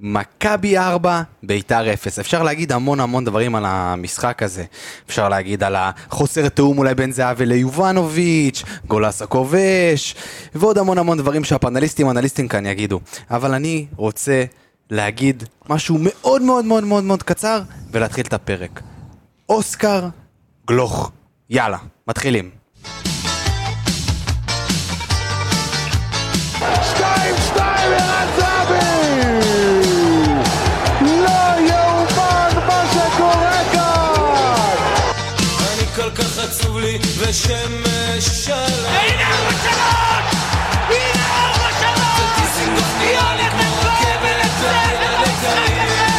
מכבי 4, ביתר 0. אפשר להגיד המון המון דברים על המשחק הזה. אפשר להגיד על החוסר תיאום אולי בין זהבי ליובנוביץ', גולס הכובש, ועוד המון המון דברים שהפאנליסטים, אנליסטים כאן יגידו. אבל אני רוצה להגיד משהו מאוד מאוד מאוד מאוד מאוד קצר, ולהתחיל את הפרק. אוסקר גלוך. יאללה, מתחילים. שתיים, שתיים, ערן זהבי! לא יאומן מה שקורה כאן! אני כל כך עצוב לי ושמש שלם הנה ארבע שלוש! הנה ארבע שלוש! היא הולכת לנצח את המשחק הזה!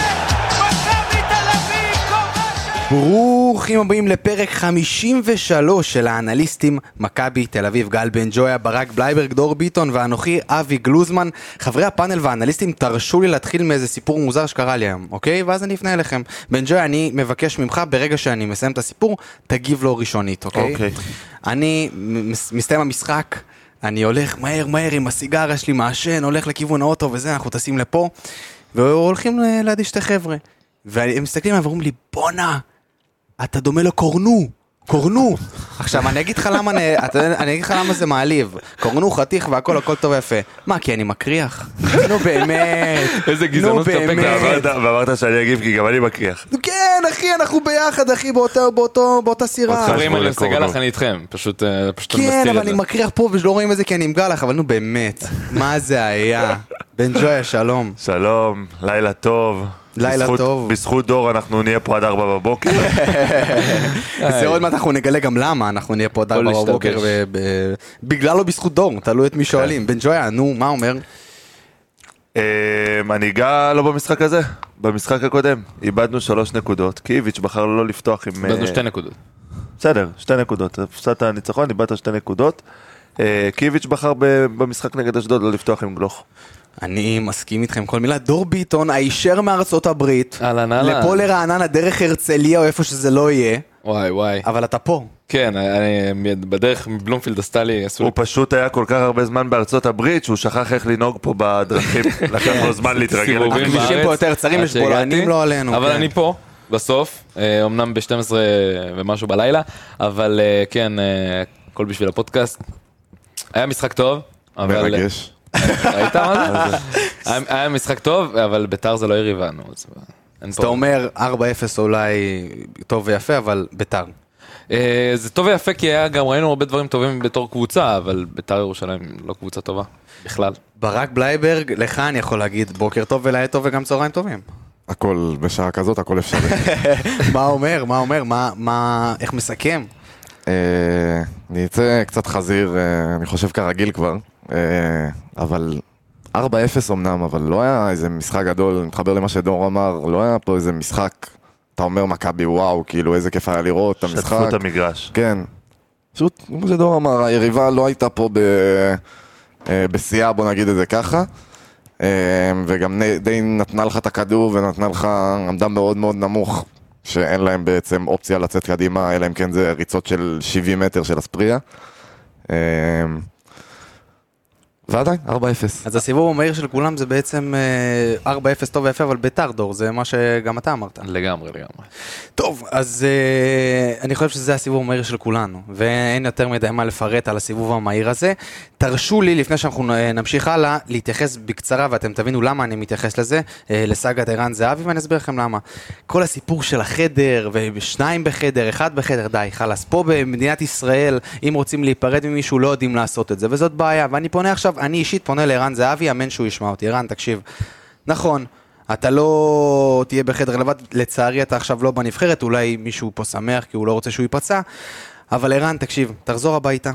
מכבי תל אביב כובשת! ברוכים הבאים לפרק 53 של האנליסטים מכבי תל אביב, גל בן ג'ויה, ברק בלייברג, דור ביטון ואנוכי אבי גלוזמן. חברי הפאנל והאנליסטים, תרשו לי להתחיל מאיזה סיפור מוזר שקרה לי היום, אוקיי? ואז אני אפנה אליכם. בן ג'ויה, אני מבקש ממך, ברגע שאני מסיים את הסיפור, תגיב לו ראשונית, אוקיי? אוקיי. אני מס- מסתיים המשחק, אני הולך מהר מהר עם הסיגריה שלי, מעשן, הולך לכיוון האוטו וזה, אנחנו טסים לפה, והולכים אה, ל- ליד שתי חבר'ה. והם מסתכלים עליי ואומרים לי, בואנה, אתה דומה לקורנו. קורנו! עכשיו, אני אגיד לך למה, אני, אתה, יודע, אני אגיד לך למה זה מעליב. קורנו חתיך והכל, הכל טוב ויפה. מה, כי אני מקריח? נו באמת. איזה נו, גזענות באמת. ספק. ואמרת שאני אגיב כי גם אני מקריח. נו, כן, אחי, אנחנו ביחד, אחי, באותו, באותו, באותה סירה. חברים, חברים, שמואל אני עושה לקורנו. גלח, אני איתכם. פשוט אה, פשוט אני כן, אבל מסתיר את אני זה. מקריח פה ולא רואים את זה כי אני עם גלח, אבל נו באמת, מה זה היה? בן ג'ויה, שלום. שלום, לילה טוב. לילה בזכות- טוב. בזכות דור אנחנו נהיה פה עד ארבע בבוקר. זה עוד מעט אנחנו נגלה גם למה, אנחנו נהיה פה עד הכל ארבע בבוקר, משתבש. ו- ב- בגלל או בזכות דור, תלוי את מי שואלים. בן ג'ויה, נו, מה אומר? אמ, אני אגע לא במשחק הזה, במשחק הקודם. איבדנו שלוש נקודות, כי איביץ' בחר לא לפתוח עם... אה, איבדנו שתי נקודות. בסדר, שתי נקודות. הפסדת הניצחון, איבדת שתי נקודות. אה, כי איביץ' בחר ב- במשחק נגד אשדוד לא לפתוח עם גלוך. אני מסכים איתכם כל מילה. דור ביטון, הישר מארצות הברית, אהלן, אהלן. לפה לרעננה, דרך הרצליה או איפה שזה לא יהיה, וואי וואי. אבל אתה פה. כן, אני מיד- בדרך מבלומפילד עשתה לי... עשו לי- הוא פשוט היה כל כך הרבה זמן בארצות הברית שהוא שכח איך לנהוג פה בדרכים. לקח לו זמן להתרגל. כן. סיבובים הכבישים בארץ, פה יותר צרים, עד יש בולענים, שהגעתי. לא עלינו, אבל כן. אני פה, בסוף. אה, אמנם ב-12 ומשהו בלילה, אבל אה, כן, אה, הכל בשביל הפודקאסט. היה משחק טוב, אבל... מרגש. ראית מה זה? היה- היה משחק טוב, אבל ביתר זה לא יריבה, נו. אז אין אז אתה פה- אומר 4-0 אולי טוב ויפה, אבל ביתר. אה, זה טוב ויפה כי היה גם ראינו הרבה דברים טובים בתור קבוצה, אבל ביתר ירושלים לא קבוצה טובה בכלל. ברק בלייברג, לך אני יכול להגיד בוקר טוב ולילה טוב וגם צהריים טובים. הכל בשעה כזאת, הכל אפשרי. מה אומר, מה אומר, מה, מה, איך מסכם? אה, אני אצא קצת חזיר, אה, אני חושב כרגיל כבר, אה, אבל 4-0 אמנם, אבל לא היה איזה משחק גדול, אני מתחבר למה שדור אמר, לא היה פה איזה משחק, אתה אומר מכבי וואו, כאילו איזה כיף היה לראות את המשחק. שטפו את המגרש. כן. פשוט, כמו שדור אמר, היריבה לא הייתה פה ב... אה, בשיאה, בוא נגיד את זה ככה. אה, וגם נ- די נתנה לך את הכדור ונתנה לך עמדה מאוד מאוד נמוך, שאין להם בעצם אופציה לצאת קדימה, אלא אם כן זה ריצות של 70 מטר של אספריה. אה, ועדיין, 4-0. אז הסיבוב המהיר של כולם זה בעצם אה, 4-0 טוב ויפה, אבל ביתר דור, זה מה שגם אתה אמרת. לגמרי לגמרי. טוב, אז אה, אני חושב שזה הסיבוב המהיר של כולנו, ואין יותר מדי מה לפרט על הסיבוב המהיר הזה. תרשו לי, לפני שאנחנו אה, נמשיך הלאה, להתייחס בקצרה, ואתם תבינו למה אני מתייחס לזה, אה, לסאגת ערן זהבי, ואני אסביר לכם למה. כל הסיפור של החדר, ושניים בחדר, אחד בחדר, די, חלאס. פה במדינת ישראל, אם רוצים להיפרד ממישהו, לא יודעים לעשות את זה, וזאת בעיה. ואני פונה עכשיו, אני אישית פונה לערן זהבי, אמן שהוא ישמע אותי. ערן, תקשיב. נכון, אתה לא תהיה בחדר לבד, לצערי אתה עכשיו לא בנבחרת, אולי מישהו פה שמח כי הוא לא רוצה שהוא ייפצע, אבל ערן, תקשיב, תחזור הביתה,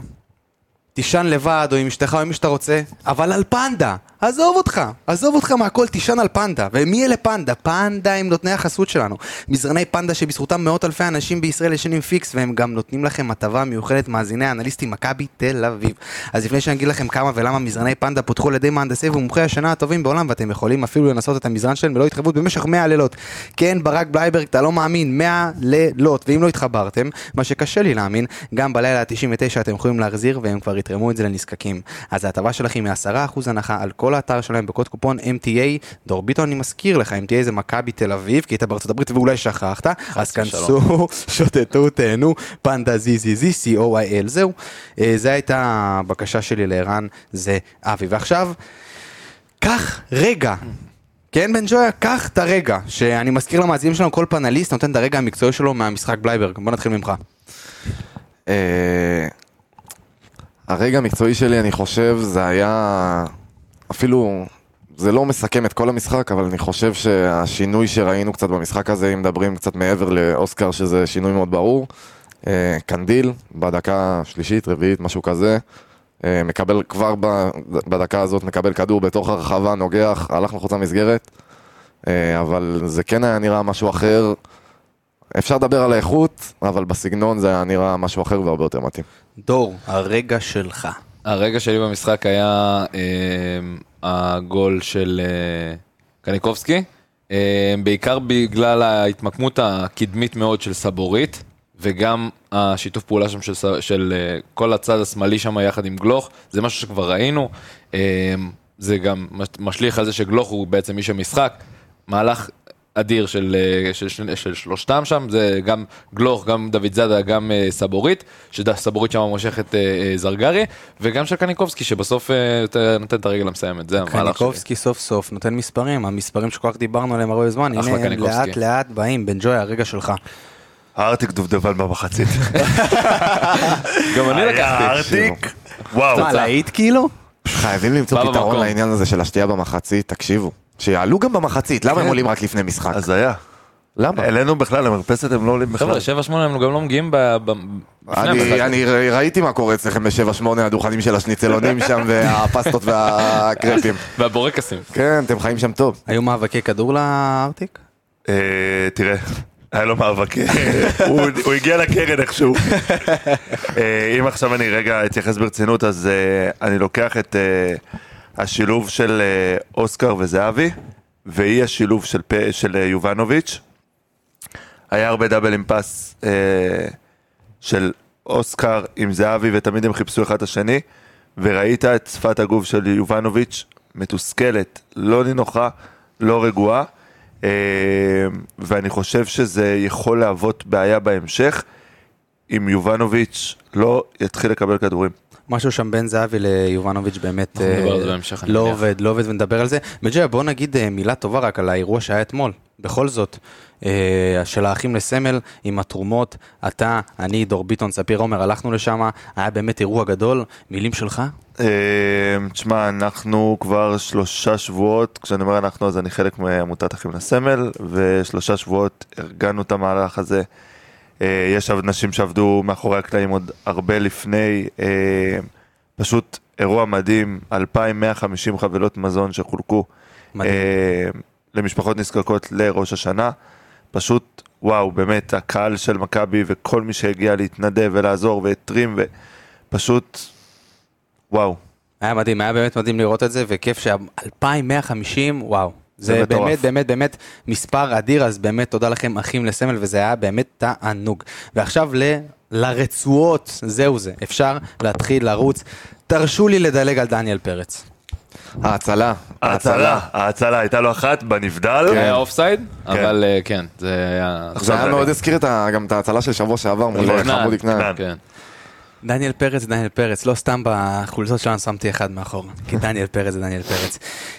תישן לבד או עם אשתך או עם מי שאתה רוצה, אבל על פנדה, עזוב אותך, עזוב אותך מהכל, תישן על פנדה. ומי אלה פנדה? פנדה הם נותני החסות שלנו. מזרני פנדה שבזכותם מאות אלפי אנשים בישראל ישנים פיקס, והם גם נותנים לכם הטבה מיוחדת מאזיני האנליסטים מכבי תל אביב. אז לפני שאני אגיד לכם כמה ולמה מזרני פנדה פותחו על ידי מהנדסי ומומחי השנה הטובים בעולם, ואתם יכולים אפילו לנסות את המזרן שלהם ללא התחייבות במשך 100 לילות. כן, ברק בלייברג, אתה לא מאמין, 100 לילות. ואם לא התחברתם, מה שקשה לי להאמין, גם בלילה ה-99 אתם יכולים להחזיר, והם כבר יתרמו את זה לנזקקים. אז ההטבה שלכם היא 10% הנחה על כל בכל האתר שלהם, בקוד קופון MTA, דור ביטון, אני מזכיר לך, MTA זה מכבי תל אביב, כי היית בארצות הברית ואולי שכחת, אז כנסו, שוטטו, תהנו, פנדה זי זי זי, co.il, זהו. אה, זו הייתה הבקשה שלי לערן, זה אבי. ועכשיו, קח רגע. כן, בן ג'ויה, קח את הרגע, שאני מזכיר למאזינים שלנו, כל פאנליסט נותן את הרגע המקצועי שלו מהמשחק בלייברג. בוא נתחיל ממך. אה, הרגע המקצועי שלי, אני חושב, זה היה... אפילו... זה לא מסכם את כל המשחק, אבל אני חושב שהשינוי שראינו קצת במשחק הזה, אם מדברים קצת מעבר לאוסקר, שזה שינוי מאוד ברור, אה, קנדיל, בדקה שלישית, רביעית, משהו כזה, אה, מקבל כבר ב- בדקה הזאת, מקבל כדור בתוך הרחבה, נוגח, הלך מחוץ למסגרת, אה, אבל זה כן היה נראה משהו אחר. אפשר לדבר על האיכות, אבל בסגנון זה היה נראה משהו אחר והרבה יותר מתאים. דור, הרגע שלך. הרגע שלי במשחק היה אה, הגול של אה, קניקובסקי, אה, בעיקר בגלל ההתמקמות הקדמית מאוד של סבורית, וגם השיתוף פעולה שם של, ס- של אה, כל הצד השמאלי שם יחד עם גלוך, זה משהו שכבר ראינו, אה, זה גם מש- משליך על זה שגלוך הוא בעצם איש המשחק, מהלך אדיר של, אה, של, של, של שלושתם שם, זה גם גלוך, גם דוד זאדה, גם אה, סבורית, שסבורית שם מושך את אה, אה, זרגרי, וגם של קניקובסקי, שבסוף אה, ת- נותן את הרגל המסיימת, זה המהלך שלי. קניקובסקי סוף סוף נותן מספרים, המספרים שכל כך דיברנו עליהם הרבה זמן, אחלה הנה הם קניקובסקי. לאט לאט באים, בן ג'וי, הרגע שלך. הארטיק דובדבן במחצית. גם אני לקחתי. היה הארטיק, וואו. מה, להיט כאילו? חייבים למצוא בא פתרון במקום. לעניין הזה של השתייה במחצית, תקשיבו. שיעלו גם במחצית, למה הם עולים רק לפני משחק? אז היה. למה? אלינו בכלל, למרפסת הם לא עולים בכלל. חבר'ה, 7-8 הם גם לא מגיעים ב... ב- לפני המשחק. אני, אני ר- ראיתי מה קורה אצלכם ב-7-8, הדוכנים של השניצלונים שם והפסטות והקרפים. והבורקסים. כן, אתם חיים שם טוב. היו מאבקי כדור לארטיק? אה, תראה, היה לו מאבק, אה, הוא- הוא הגיע לקרן איכשהו. אה, אם עכשיו אני רגע אתייחס ברצינות, אז אה, אני לוקח את אה, השילוב של אה, אוסקר וזהבי, והיא השילוב של פ- של אה, יובנוביץ'. היה הרבה דאבל עם פס אה, של אוסקר עם זהבי, ותמיד הם חיפשו אחד את השני, וראית את שפת הגוף של יובנוביץ' מתוסכלת, לא נינוחה, לא רגועה, אה, ואני חושב שזה יכול להוות בעיה בהמשך, אם יובנוביץ' לא יתחיל לקבל כדורים. משהו שם בין זהבי ליובנוביץ' באמת אנחנו נדבר אה, על זה בהמשך, אני לא מניח. עובד, לא עובד ונדבר על זה. בג'ויה, בוא נגיד אה, מילה טובה רק על האירוע שהיה אתמול, בכל זאת, אה, של האחים לסמל עם התרומות, אתה, אני, דור ביטון, ספיר עומר, הלכנו לשם, היה באמת אירוע גדול, מילים שלך? אה, תשמע, אנחנו כבר שלושה שבועות, כשאני אומר אנחנו אז אני חלק מעמותת אחים לסמל, ושלושה שבועות ארגנו את המהלך הזה. אה, יש עב- נשים שעבדו מאחורי הקלעים עוד הרבה לפני, אה, פשוט אירוע מדהים, 2,150 חבילות מזון שחולקו מדהים. אה, למשפחות נזקקות לראש השנה. פשוט, וואו, באמת, הקהל של מכבי וכל מי שהגיע להתנדב ולעזור והתרים, ופשוט, וואו. היה מדהים, היה באמת מדהים לראות את זה, וכיף ש-2150, וואו. זה זה מטורף. באמת, באמת, באמת מספר אדיר, אז באמת תודה לכם אחים לסמל, וזה היה באמת תענוג. ועכשיו ל... לרצועות, זהו זה, אפשר להתחיל לרוץ. תרשו לי לדלג על דניאל פרץ. ההצלה. ההצלה, ההצלה הייתה לו אחת בנבדל. היה אופסייד, אבל אה, כן, זה היה... זה היה מאוד הזכיר את ה- גם את ההצלה של שבוע שעבר מול כנען, חמודי כנען. כנען. כן. דניאל פרץ, דניאל פרץ, לא סתם בחולצות שלנו שמתי אחד מאחור, כי דניאל פרץ זה דניאל פרץ.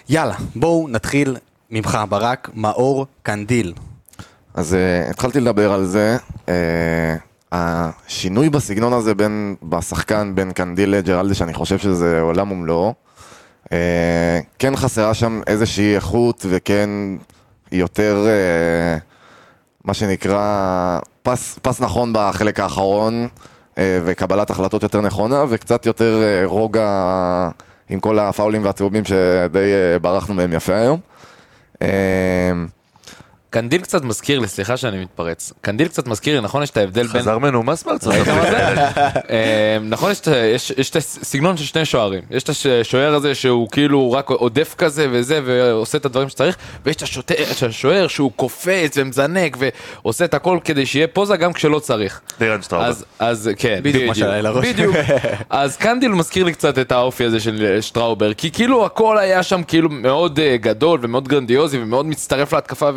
יאללה, בואו נתחיל ממך, ברק, מאור קנדיל. אז uh, התחלתי לדבר על זה. Uh, השינוי בסגנון הזה בין, בשחקן בין קנדיל לג'רלדש, אני חושב שזה עולם ומלואו. Uh, כן חסרה שם איזושהי איכות וכן יותר, uh, מה שנקרא, פס, פס נכון בחלק האחרון uh, וקבלת החלטות יותר נכונה וקצת יותר uh, רוגע עם כל אה, הפאולים והצהובים שדי uh, ברחנו מהם יפה היום. Uh, קנדיל קצת מזכיר לי, סליחה שאני מתפרץ. קנדיל קצת מזכיר לי, נכון יש את ההבדל בין... חזר מנומס בארצות ראית מה הברית. זה? אה, נכון, יש את ה- יש יש את הסגנון של שני שוערים. יש את השוער הזה שהוא כאילו רק עודף כזה וזה, ועושה את הדברים שצריך, ויש את השוטר- את השוער שהוא קופץ ומזנק ועושה את הכל כדי שיהיה פוזה גם כשלא צריך. לירן שטראובר. אז, אז כן, בדיוק מה שעלה לראש. בדיוק. אז קנדיל מזכיר לי קצת את האופי הזה של אה, שטראובר, כי כאילו הכל היה שם כאילו מאוד אה, גדול ומאוד גרנדיוזי ומאוד מצטרף להתקפה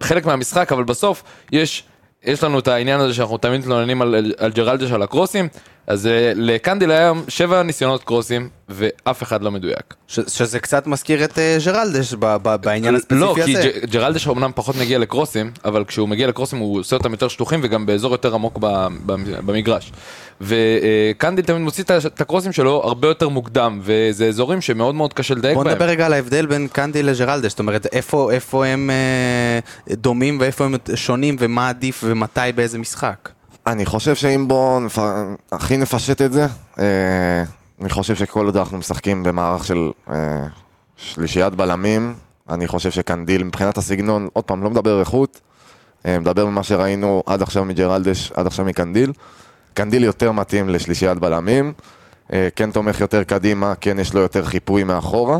וחלק מהמשחק, אבל בסוף יש, יש לנו את העניין הזה שאנחנו תמיד מתלוננים על, על ג'רלדש על הקרוסים, אז אה, לקנדיל היה שבע ניסיונות קרוסים ואף אחד לא מדויק. ש- שזה קצת מזכיר את אה, ג'רלדש ב- ב- בעניין לא, הספציפי כי הזה. ג'- ג'רלדש אמנם פחות מגיע לקרוסים, אבל כשהוא מגיע לקרוסים הוא עושה אותם יותר שטוחים וגם באזור יותר עמוק ב- במ- במגרש. וקנדיל תמיד מוציא את ה- את הקרוסים שלו הרבה יותר מוקדם, וזה אזורים שמאוד מאוד קשה לדייק בוא בהם. נדבר רגע על ההבדל בין קנדי לג'רלדש, זאת אומרת, איפה, איפה הם אה, דומים ואיפה הם שונים ומה עדיף ומתי באיזה משחק. אני חושב שאם בואו נפ... הכי נפשט את זה, אה, אני חושב שכל עוד אנחנו משחקים במערך של אה, שלישיית בלמים, אני חושב שקנדיל מבחינת הסגנון, עוד פעם, לא מדבר איכות, אה, מדבר ממה שראינו עד עכשיו מג'רלדש, עד עכשיו מקנדיל. קנדיל יותר מתאים לשלישיית בלמים, אה, כן תומך יותר קדימה, כן יש לו יותר חיפוי מאחורה.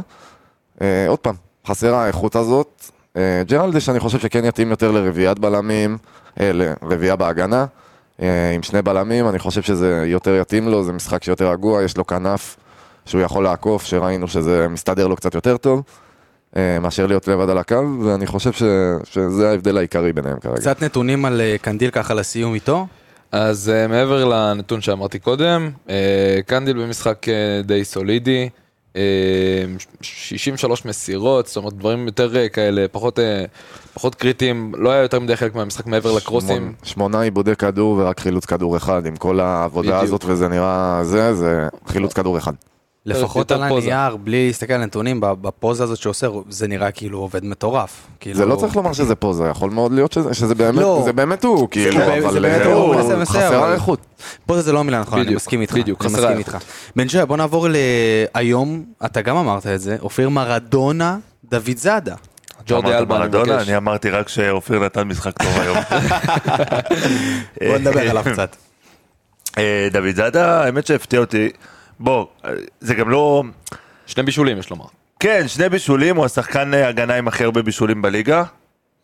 אה, עוד פעם, חסרה האיכות הזאת. אה, ג'רלדש אני חושב שכן יתאים יותר לרביעיית בלמים, אה, לרביעייה בהגנה. אה, עם שני בלמים, אני חושב שזה יותר יתאים לו, זה משחק שיותר רגוע, יש לו כנף שהוא יכול לעקוף, שראינו שזה מסתדר לו קצת יותר טוב, אה, מאשר להיות לבד על הקו, ואני חושב ש... שזה ההבדל העיקרי ביניהם כרגע. קצת נתונים על אה, קנדיל ככה לסיום איתו. אז אה, מעבר לנתון שאמרתי קודם, אה, קנדיל במשחק אה, די סולידי, אה, ש- 63 מסירות, זאת אומרת דברים יותר אה, כאלה, פחות, אה, פחות קריטיים, לא היה יותר מדי חלק מהמשחק מעבר לקרוסים. שמונה- שמונה עיבודי כדור ורק חילוץ כדור אחד, עם כל העבודה בדיוק. הזאת וזה נראה זה, זה חילוץ כדור אחד. לא. לפחות יותר על פוזה. הנייר, בלי להסתכל על הנתונים, בפוזה הזאת שהוא עושה, זה נראה כאילו עובד מטורף. כאילו- זה לא צריך לומר שזה פה, זה יכול מאוד להיות שזה, שזה באמת, לא. זה באמת הוא, כאילו, זה באמת- זה אבל באמת אה, הוא, הוא- זה בסדר, אבל- חסרה איכות. פה זה לא המילה הנכונה, אני בדיוק, מסכים איתך. בדיוק, אני חסרה מסכים איכות. איתך. בן שוי, בוא נעבור להיום, אתה גם אמרת את זה, אופיר מרדונה, דוד זאדה. ג'ורדי אמרת אלבה, אני מרדונה? מבקש. אני אמרתי רק שאופיר נתן משחק טוב היום. בוא נדבר עליו קצת. אה, דוד זאדה, האמת שהפתיע אותי. בוא, אה, זה גם לא... שני בישולים יש לומר. כן, שני בישולים, הוא השחקן אה, הגנה עם הכי הרבה בישולים בליגה.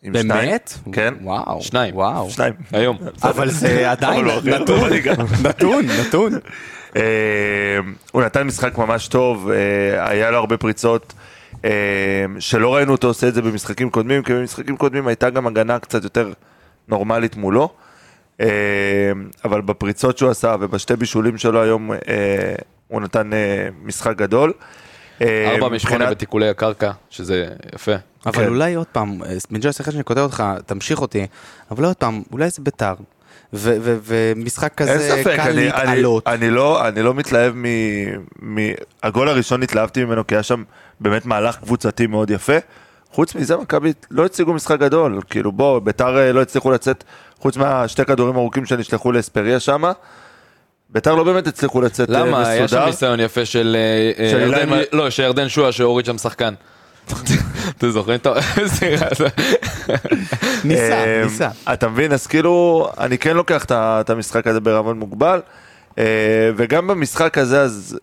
עם שניים. באמת? כן. וואו. שניים. וואו. שניים. היום. אבל זה עדיין אבל הוא הכי הרבה נתון, בליגה. נתון, נתון. אה, הוא נתן משחק ממש טוב, אה, היה לו הרבה פריצות. אה, שלא ראינו אותו עושה את זה במשחקים קודמים, כי במשחקים קודמים הייתה גם הגנה קצת יותר נורמלית מולו. אה, אבל בפריצות שהוא עשה ובשתי בישולים שלו היום, אה, הוא נתן אה, משחק גדול. אה, ארבע משמונה מבחינת- בתיקולי הקרקע, שזה יפה. אבל כן. אולי עוד פעם, אה, בן ג'וי, סליחה שאני קוטע אותך, תמשיך אותי, אבל עוד פעם, אולי זה ביתר. ו- ו- ומשחק כזה קל אני, אני, להתעלות. אני, לא, אני לא מתלהב מ, מ... הגול הראשון התלהבתי ממנו, כי היה שם באמת מהלך קבוצתי מאוד יפה. חוץ מזה, מכבי לא הציגו משחק גדול. כאילו, בוא, ביתר אה, לא הצליחו לצאת, חוץ מהשתי כדורים ארוכים שנשלחו לאספריה שמה, ביתר לא באמת הצליחו לצאת אה, למה? היה שם מסודר. ניסיון יפה של אה, אה, של ירדן, אילן- לא, של ירדן שועה שהוריד שם שחקן. אתם זוכרים את ה... סליחה, ניסה, אה, ניסה. אתה מבין? אז כאילו, אני כן לוקח את ה- את המשחק הזה בערבון מוגבל, אה, וגם במשחק הזה, אז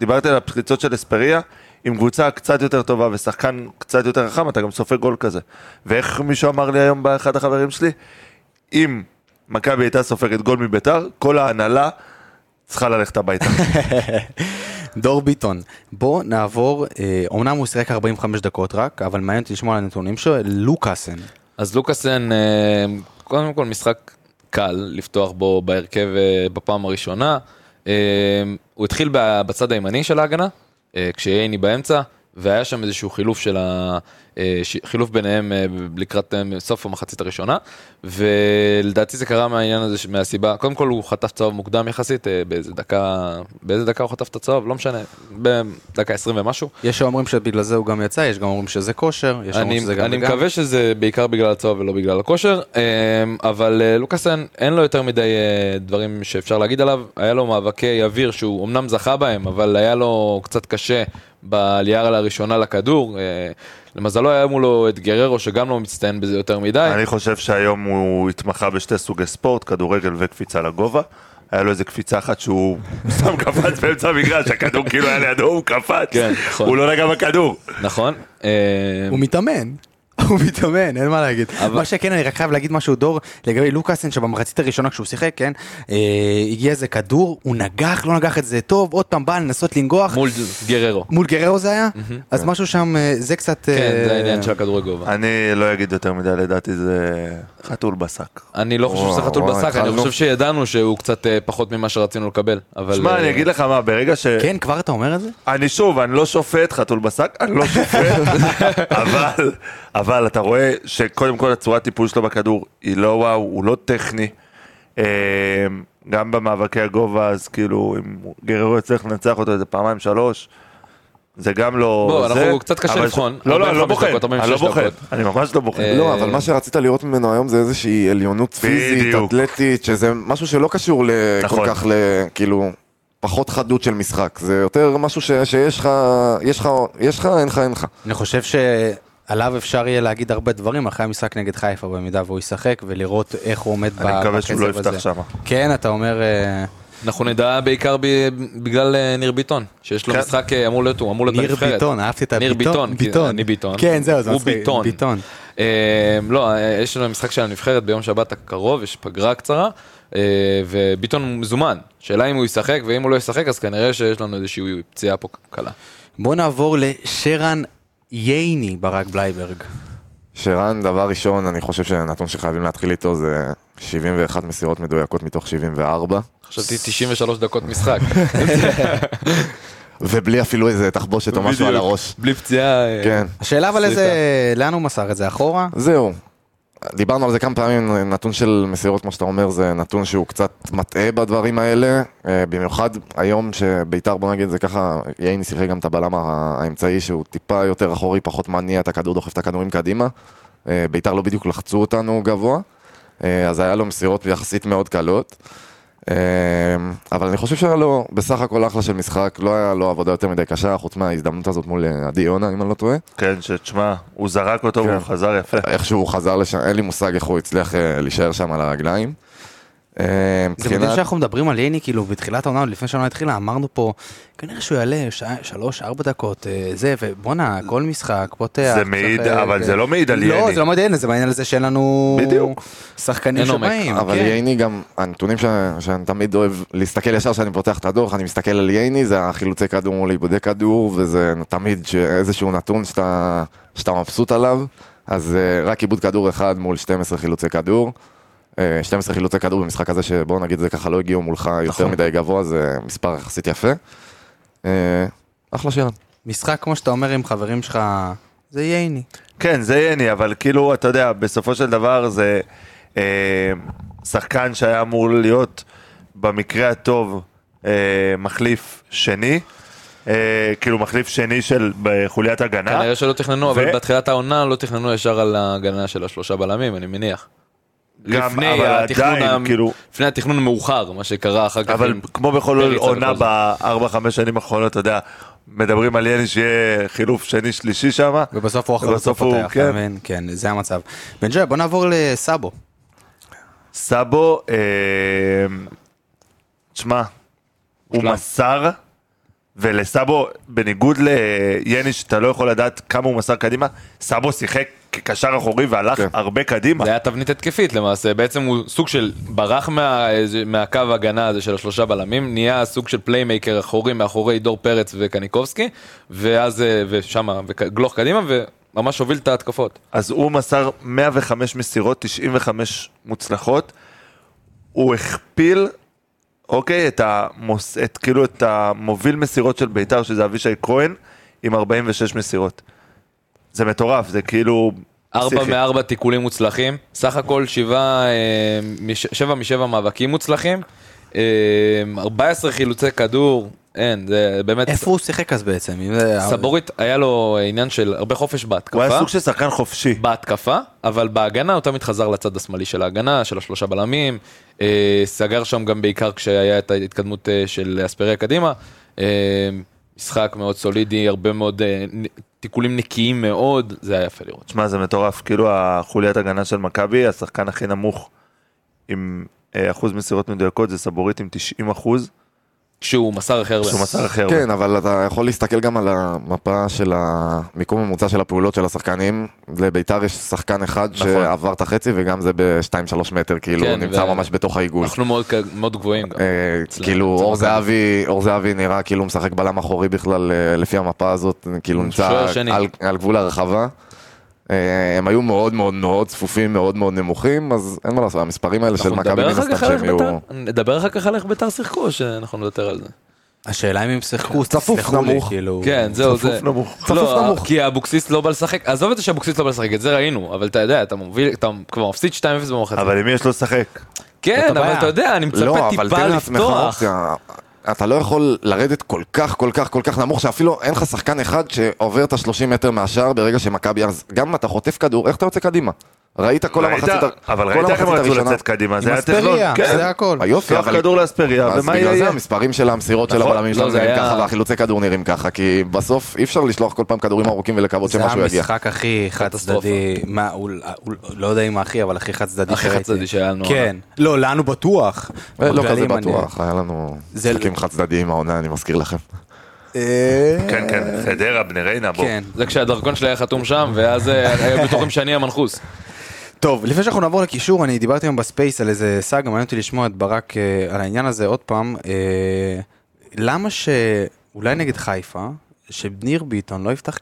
דיברתי על הפריצות של אספריה, עם קבוצה קצת יותר טובה ושחקן קצת יותר חכם, אתה גם סופג גול כזה. ואיך מישהו אמר לי היום באחד החברים שלי? אם מכבי הייתה סופגת גול מביתר, כל ההנהלה צריכה ללכת הביתה. דור ביטון, בוא נעבור, אה, אומנם הוא שיחק 45 דקות רק, אבל מעניין אותי לשמוע על הנתונים שלו, לוקאסן. אז לוקאסן, אה, קודם כל משחק קל לפתוח בו בהרכב אה, בפעם הראשונה. אה, הוא התחיל ב- בצד הימני של ההגנה, אה, כשייני באמצע, והיה שם איזשהו חילוף של ה... אה, ש- חילוף ביניהם אה, ב- לקראת אה, סוף המחצית הראשונה, ולדעתי זה קרה מהעניין הזה, ש- מהסיבה, קודם כל הוא חטף צהוב מוקדם יחסית, אה, באיזה דקה, באיזה דקה הוא חטף את הצהוב, לא משנה, בדקה 20 ומשהו. יש שאומרים שבגלל זה הוא גם יצא, יש גם אומרים שזה כושר, יש אני, שאומרים שזה גם אני וגם. מקווה שזה בעיקר בגלל הצהוב ולא בגלל הכושר, אמ, אבל אה, לוקאסן אין לו יותר מדי אה, דברים שאפשר להגיד עליו, היה לו מאבקי אוויר שהוא אמנם זכה בהם, אבל היה לו קצת קשה בעלייה לראשונה לכדור, אה, למזלו היה מולו את גררו, שגם לא מצטיין בזה יותר מדי. אני חושב שהיום הוא התמחה בשתי סוגי ספורט, כדורגל וקפיצה לגובה. היה לו איזה קפיצה אחת שהוא סתם קפץ באמצע המגרש, הכדור כאילו היה לידו, הוא קפץ. כן, נכון. הוא לא נגע בכדור. נכון. אה, הוא מתאמן. הוא מתאמן, אין מה להגיד. אבל- מה שכן, אני רק חייב להגיד משהו, דור, לגבי לוקאסן, שבמחצית הראשונה כשהוא שיחק, כן, אה, הגיע איזה כדור, הוא נגח, לא נגח את זה טוב, עוד פעם בא לנסות לנגוח. מול גררו. מול גררו זה היה? אז משהו שם, אה, זה קצת... כן, זה אה, העניין של הכדורי גובה. אני לא אגיד יותר מדי, לדעתי זה חתול בשק. אני לא חושב וואו, שזה חתול וואו, בשק, אני התחלנו. חושב שידענו שהוא קצת אה, פחות ממה שרצינו לקבל. אבל, שמע, אה, אני אגיד לך מה, ברגע ש... כן, כבר אתה אומר את זה? אני שוב, אני לא שופט חתול בשק, אני לא שופט, אבל, אבל אתה רואה שקודם כל הצורת טיפול שלו בכדור היא לא וואו, הוא לא טכני. אה, גם במאבקי הגובה, אז כאילו, אם גררו יצליח לנצח אותו איזה פעמיים, שלוש, זה גם לא... בוא, זה, אנחנו- קצת קשה אבל- לבחון. לא, לא, אני לא 45 בוחן, דקות, אני לא 46 בוחן, דקות. אני ממש לא בוחן. אה, לא, אבל מה שרצית לראות ממנו היום זה איזושהי עליונות פיזית, בדיוק. אתלטית, שזה משהו שלא קשור ל- נכון. כל כך ל... כאילו... פחות חדות של משחק, זה יותר משהו ש, שיש לך, יש לך, יש לך, אין לך, אין לך. אני חושב שעליו אפשר יהיה להגיד הרבה דברים אחרי המשחק נגד חיפה, במידה והוא ישחק, ולראות איך הוא עומד אני מקווה בקצב שהוא לא יפתח הזה. שמה. כן, אתה אומר... אה, אנחנו נדע בעיקר ב- בגלל אה, ניר ביטון, שיש לו כן. משחק, אה, אמור להיות, הוא אמור להיות ניר בנבחרת. ביטון, אהבתי את ניר הביטון. ביטון, כי ביטון. אני ביטון. כן, זהו, זה הוא מצחיק, ביטון. ביטון. אה, לא, אה, יש לנו משחק של הנבחרת ביום שבת הקרוב, יש פגרה קצרה, אה, וביטון מזומן. שאלה אם הוא ישחק, ואם הוא לא ישחק, אז כנראה שיש לנו איזושהי פציעה פה קלה. בוא נעבור לשרן ייני ברק בלייברג. שרן, דבר ראשון, אני חושב שהנתון שחייבים להתחיל איתו זה 71 מסירות מדויקות מתוך 74, חשבתי 93 דקות משחק. ובלי אפילו איזה תחבושת או משהו על בדיוק. הראש. בלי פציעה. אה, כן. השאלה אבל איזה... לאן הוא מסר את זה? אחורה? זהו. דיברנו על זה כמה פעמים, נתון של מסירות, כמו שאתה אומר, זה נתון שהוא קצת מטעה בדברים האלה. אה, במיוחד היום שביתר, בוא נגיד, זה ככה, ייני שיחק גם את הבלם הה- האמצעי, שהוא טיפה יותר אחורי, פחות מניע את הכדור, דוחף את הכדורים קדימה. אה, ביתר לא בדיוק לחצו אותנו גבוה, אה, אז היה לו מסירות יחסית מאוד קלות. אה, אבל אני חושב שהיה לו בסך הכל אחלה של משחק, לא היה לו עבודה יותר מדי קשה, חוץ מההזדמנות הזאת מול אה, עדי יונה, אם אני לא טועה. כן, שתשמע, הוא זרק אותו כן. והוא חזר יפה. איכשהו הוא חזר לשם, אין לי מושג איך הוא הצליח אה, להישאר שם על הרגליים. אה, זה מדהים מבחינת- שאנחנו מדברים על ייני, כאילו, בתחילת העונה, עוד לפני שהעונה התחילה, אמרנו פה, כנראה שהוא יעלה שעה- שלוש, ארבע דקות, אה, זה, ובואנה, כל משחק, פותח. זה מעיד, משחק, אבל אה, זה לא מעיד על לא, ייני. זה לא מעיד על ייני, זה מעיד על זה שאין לנו... בדיוק. שחקנים אין עומק. שבאים. אבל כן. ייני גם, הנתונים ש- שאני תמיד אוהב להסתכל ישר כשאני פותח את הדוח, אני מסתכל על ייני, זה החילוצי כדור מול איבודי כדור, וזה תמיד ש- איזשהו נתון שאתה שאתה מבסוט עליו, אז אה, רק איבוד כדור אחד מול 12 חילוצי כדור. אה, 12 חילוצי כדור במשחק הזה שבוא נגיד זה ככה לא הגיעו מולך נכון. יותר מדי גבוה, זה מספר יחסית יפה. אה, אחלה שירן. משחק, כמו שאתה אומר, עם חברים שלך, זה ייני. כן, זה יני, אבל כאילו, אתה יודע, בסופו של דבר זה אה, שחקן שהיה אמור להיות במקרה הטוב אה, מחליף שני, אה, כאילו מחליף שני של חוליית הגנה. כנראה שלא תכננו, אבל ו- בתחילת העונה לא תכננו ישר על ההגנה של השלושה בלמים, אני מניח. גם, לפני אבל התכנון עדיין, המ- כאילו- לפני התכנון המאוחר, מה שקרה אחר כך. אבל עם- כמו בכל פריצה עונה וכל זה. בארבע, חמש שנים האחרונות, אתה יודע, מדברים על יני שיהיה חילוף שני, שלישי שם. ובסוף הוא אחר ובסוף כך הוא, פותח, כן. אתה מבין? כן, זה המצב. בן ג'וי, בוא נעבור לסאבו. סאבו, אה, תשמע, הוא מושלם. מסר, ולסאבו, בניגוד ליני, שאתה לא יכול לדעת כמה הוא מסר קדימה, סאבו שיחק כקשר אחורי והלך כן. הרבה קדימה. זה היה תבנית התקפית למעשה, בעצם הוא סוג של ברח מה, איזה- מהקו ההגנה הזה של השלושה בלמים, נהיה סוג של פליימייקר אחורי מאחורי דור פרץ וקניקובסקי, ואז, אה, ושמה, וגלוך קדימה, וממש הוביל את ההתקפות. אז הוא מסר 105 מסירות, 95 מוצלחות. הוא הכפיל, אוקיי, את, המוס, את, כאילו, את המוביל מסירות של ביתר, שזה אבישי כהן, עם 46 מסירות. זה מטורף, זה כאילו... ארבע פסיכי. מארבע תיקולים מוצלחים, סך הכל שבעה, אה, מש- שבע משבע מאבקים מוצלחים, אה, 14 חילוצי כדור, אין, זה באמת... איפה הוא שיחק אז בעצם? אם זה- אה, סבורית היה לו אה, עניין של הרבה חופש בהתקפה. הוא היה סוג של שחקן חופשי. בהתקפה, אבל בהגנה הוא תמיד חזר לצד השמאלי של ההגנה, של השלושה בלמים, אה, סגר שם גם בעיקר כשהיה את ההתקדמות אה, של אספריה קדימה, אה, משחק מאוד סולידי, הרבה מאוד אה, נ- תיקולים נקיים מאוד, זה היה יפה לראות. תשמע, זה מטורף. כאילו, החוליית הגנה של מכבי, השחקן הכי נמוך עם אה, אחוז מסירות מדויקות, זה סבורית עם 90 אחוז, כשהוא מסר הכי הרבה. שהוא מסר הכי הרבה. כן, אבל אתה יכול להסתכל גם על המפה של המיקום הממוצע של הפעולות של השחקנים. לביתר יש שחקן אחד נכון. שעבר את החצי, וגם זה ב-2-3 מטר, כאילו, כן, הוא נמצא ו- ממש בתוך העיגול. אנחנו מאוד ק- מאוד גבוהים גם. אה, אצלנו, כאילו אצל אור מכבי. זהבי, אור זהבי נראה כאילו הוא משחק בלם אחורי בכלל אה, לפי המפה הזאת, כאילו נמצא שוער שני. על, על גבול הרחבה. אה, הם היו מאוד מאוד מאוד צפופים, מאוד מאוד נמוכים, אז אין מה לעשות, המספרים האלה של אנחנו מכבי נדבר מן אחר הסתם כך על איך שהם יהיו... בית"ר- נדבר אחר כך על איך ביתר שיחקו, או שאנחנו נדבר על זה. השאלה אם הם שיחקו, צפוף, תסלחו לי, נמוך. כאילו... כן, זהו, זה... נמוך. צפוף לא, נמוך. כי אבוקסיס לא בא לשחק, עזוב את זה שאבוקסיס לא בא לשחק, את זה ראינו, אבל אתה יודע, אתה מוביל, אתה כבר מפסיד 2-0 במחצית. אבל עם מי יש לו לשחק? כן, זאת אבל הבעיה. אתה יודע, אני מצפה לא, אבל טיפה תן לעצמך לפתוח. אופציה. אתה לא יכול לרדת כל כך, כל כך, כל כך נמוך, שאפילו אין לך שחקן אחד שעובר את ה-30 מטר מהשער ברגע שמכבי... אז גם אם אתה חוטף כדור, איך אתה יוצא קדימה? ראית כל ראית? המחצית ה- לא, אבל כל ראית איך הם המחצית רצו הראשונה? לצאת קדימה, זה עם היה תכנון. אספריה, כן. זה הכל. היופי, שלח אבל... כדור לאספריה, אז ומה בגלל זה יהיה? כן, המספרים של המסירות של נכון. הבלמים לא, שלנו זה נראים היה- ככה והחילוצי כדור נראים ככה כי בסוף אי אפשר לשלוח כל פעם כדורים ארוכים ולקוות זה שמשהו יגיע. המשחק הכי חד צדדי, מה, אול- אול- לא יודע אם הכי, אבל הכי חד צדדי הכי שראיתי. חד-צדדי שהיה לנו. כן. לא, לנו בטוח. אה, לא כזה בגלים אני- בטוח, היה לנו זה- משחקים חד צדדיים העונה אני מזכיר לכם. כן, כן, חדרה, בני ריינה, בוא. אה, כן. זה כשהדרכון שלי היה חתום שם, ואז אה, היו בטוחים שאני המנחוס. טוב, לפני שאנחנו נעבור לקישור, אני דיברתי היום בספייס על איזה סאגה, מעניין אותי לשמוע את ברק אה, על העניין הזה עוד פעם. אה, למה שאולי נגד חיפה, שניר ביטון לא יפתח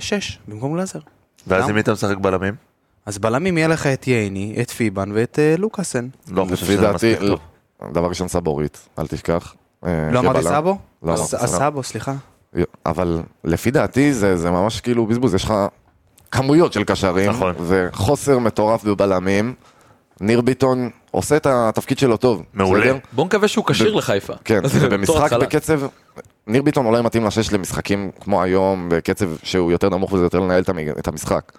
כשש במקום גלאזר? ואז למה? עם מי אתה משחק בלמים? אז בלמים יהיה לך את ייני, את פיבן ואת אה, לוקאסן. לא חושב לפי שזה דעתי, מספיק טוב. דבר ראשון סבורית, אל תשכח. אה, לא אמרתי כבלם. סאבו? לא, אז- לא, אז סבא. סאבו, סליחה. אבל לפי דעתי זה זה ממש כאילו בזבוז, יש לך כמויות של קשרים, נכון. וחוסר מטורף בבלמים. ניר ביטון עושה את התפקיד שלו טוב. מעולה. בסדר? בוא נקווה שהוא כשיר לחיפה. כן, אז בתור ובמשחק התחלה. בקצב, ניר ביטון אולי מתאים לשש למשחקים כמו היום, בקצב שהוא יותר נמוך וזה יותר לנהל את המג- את המשחק.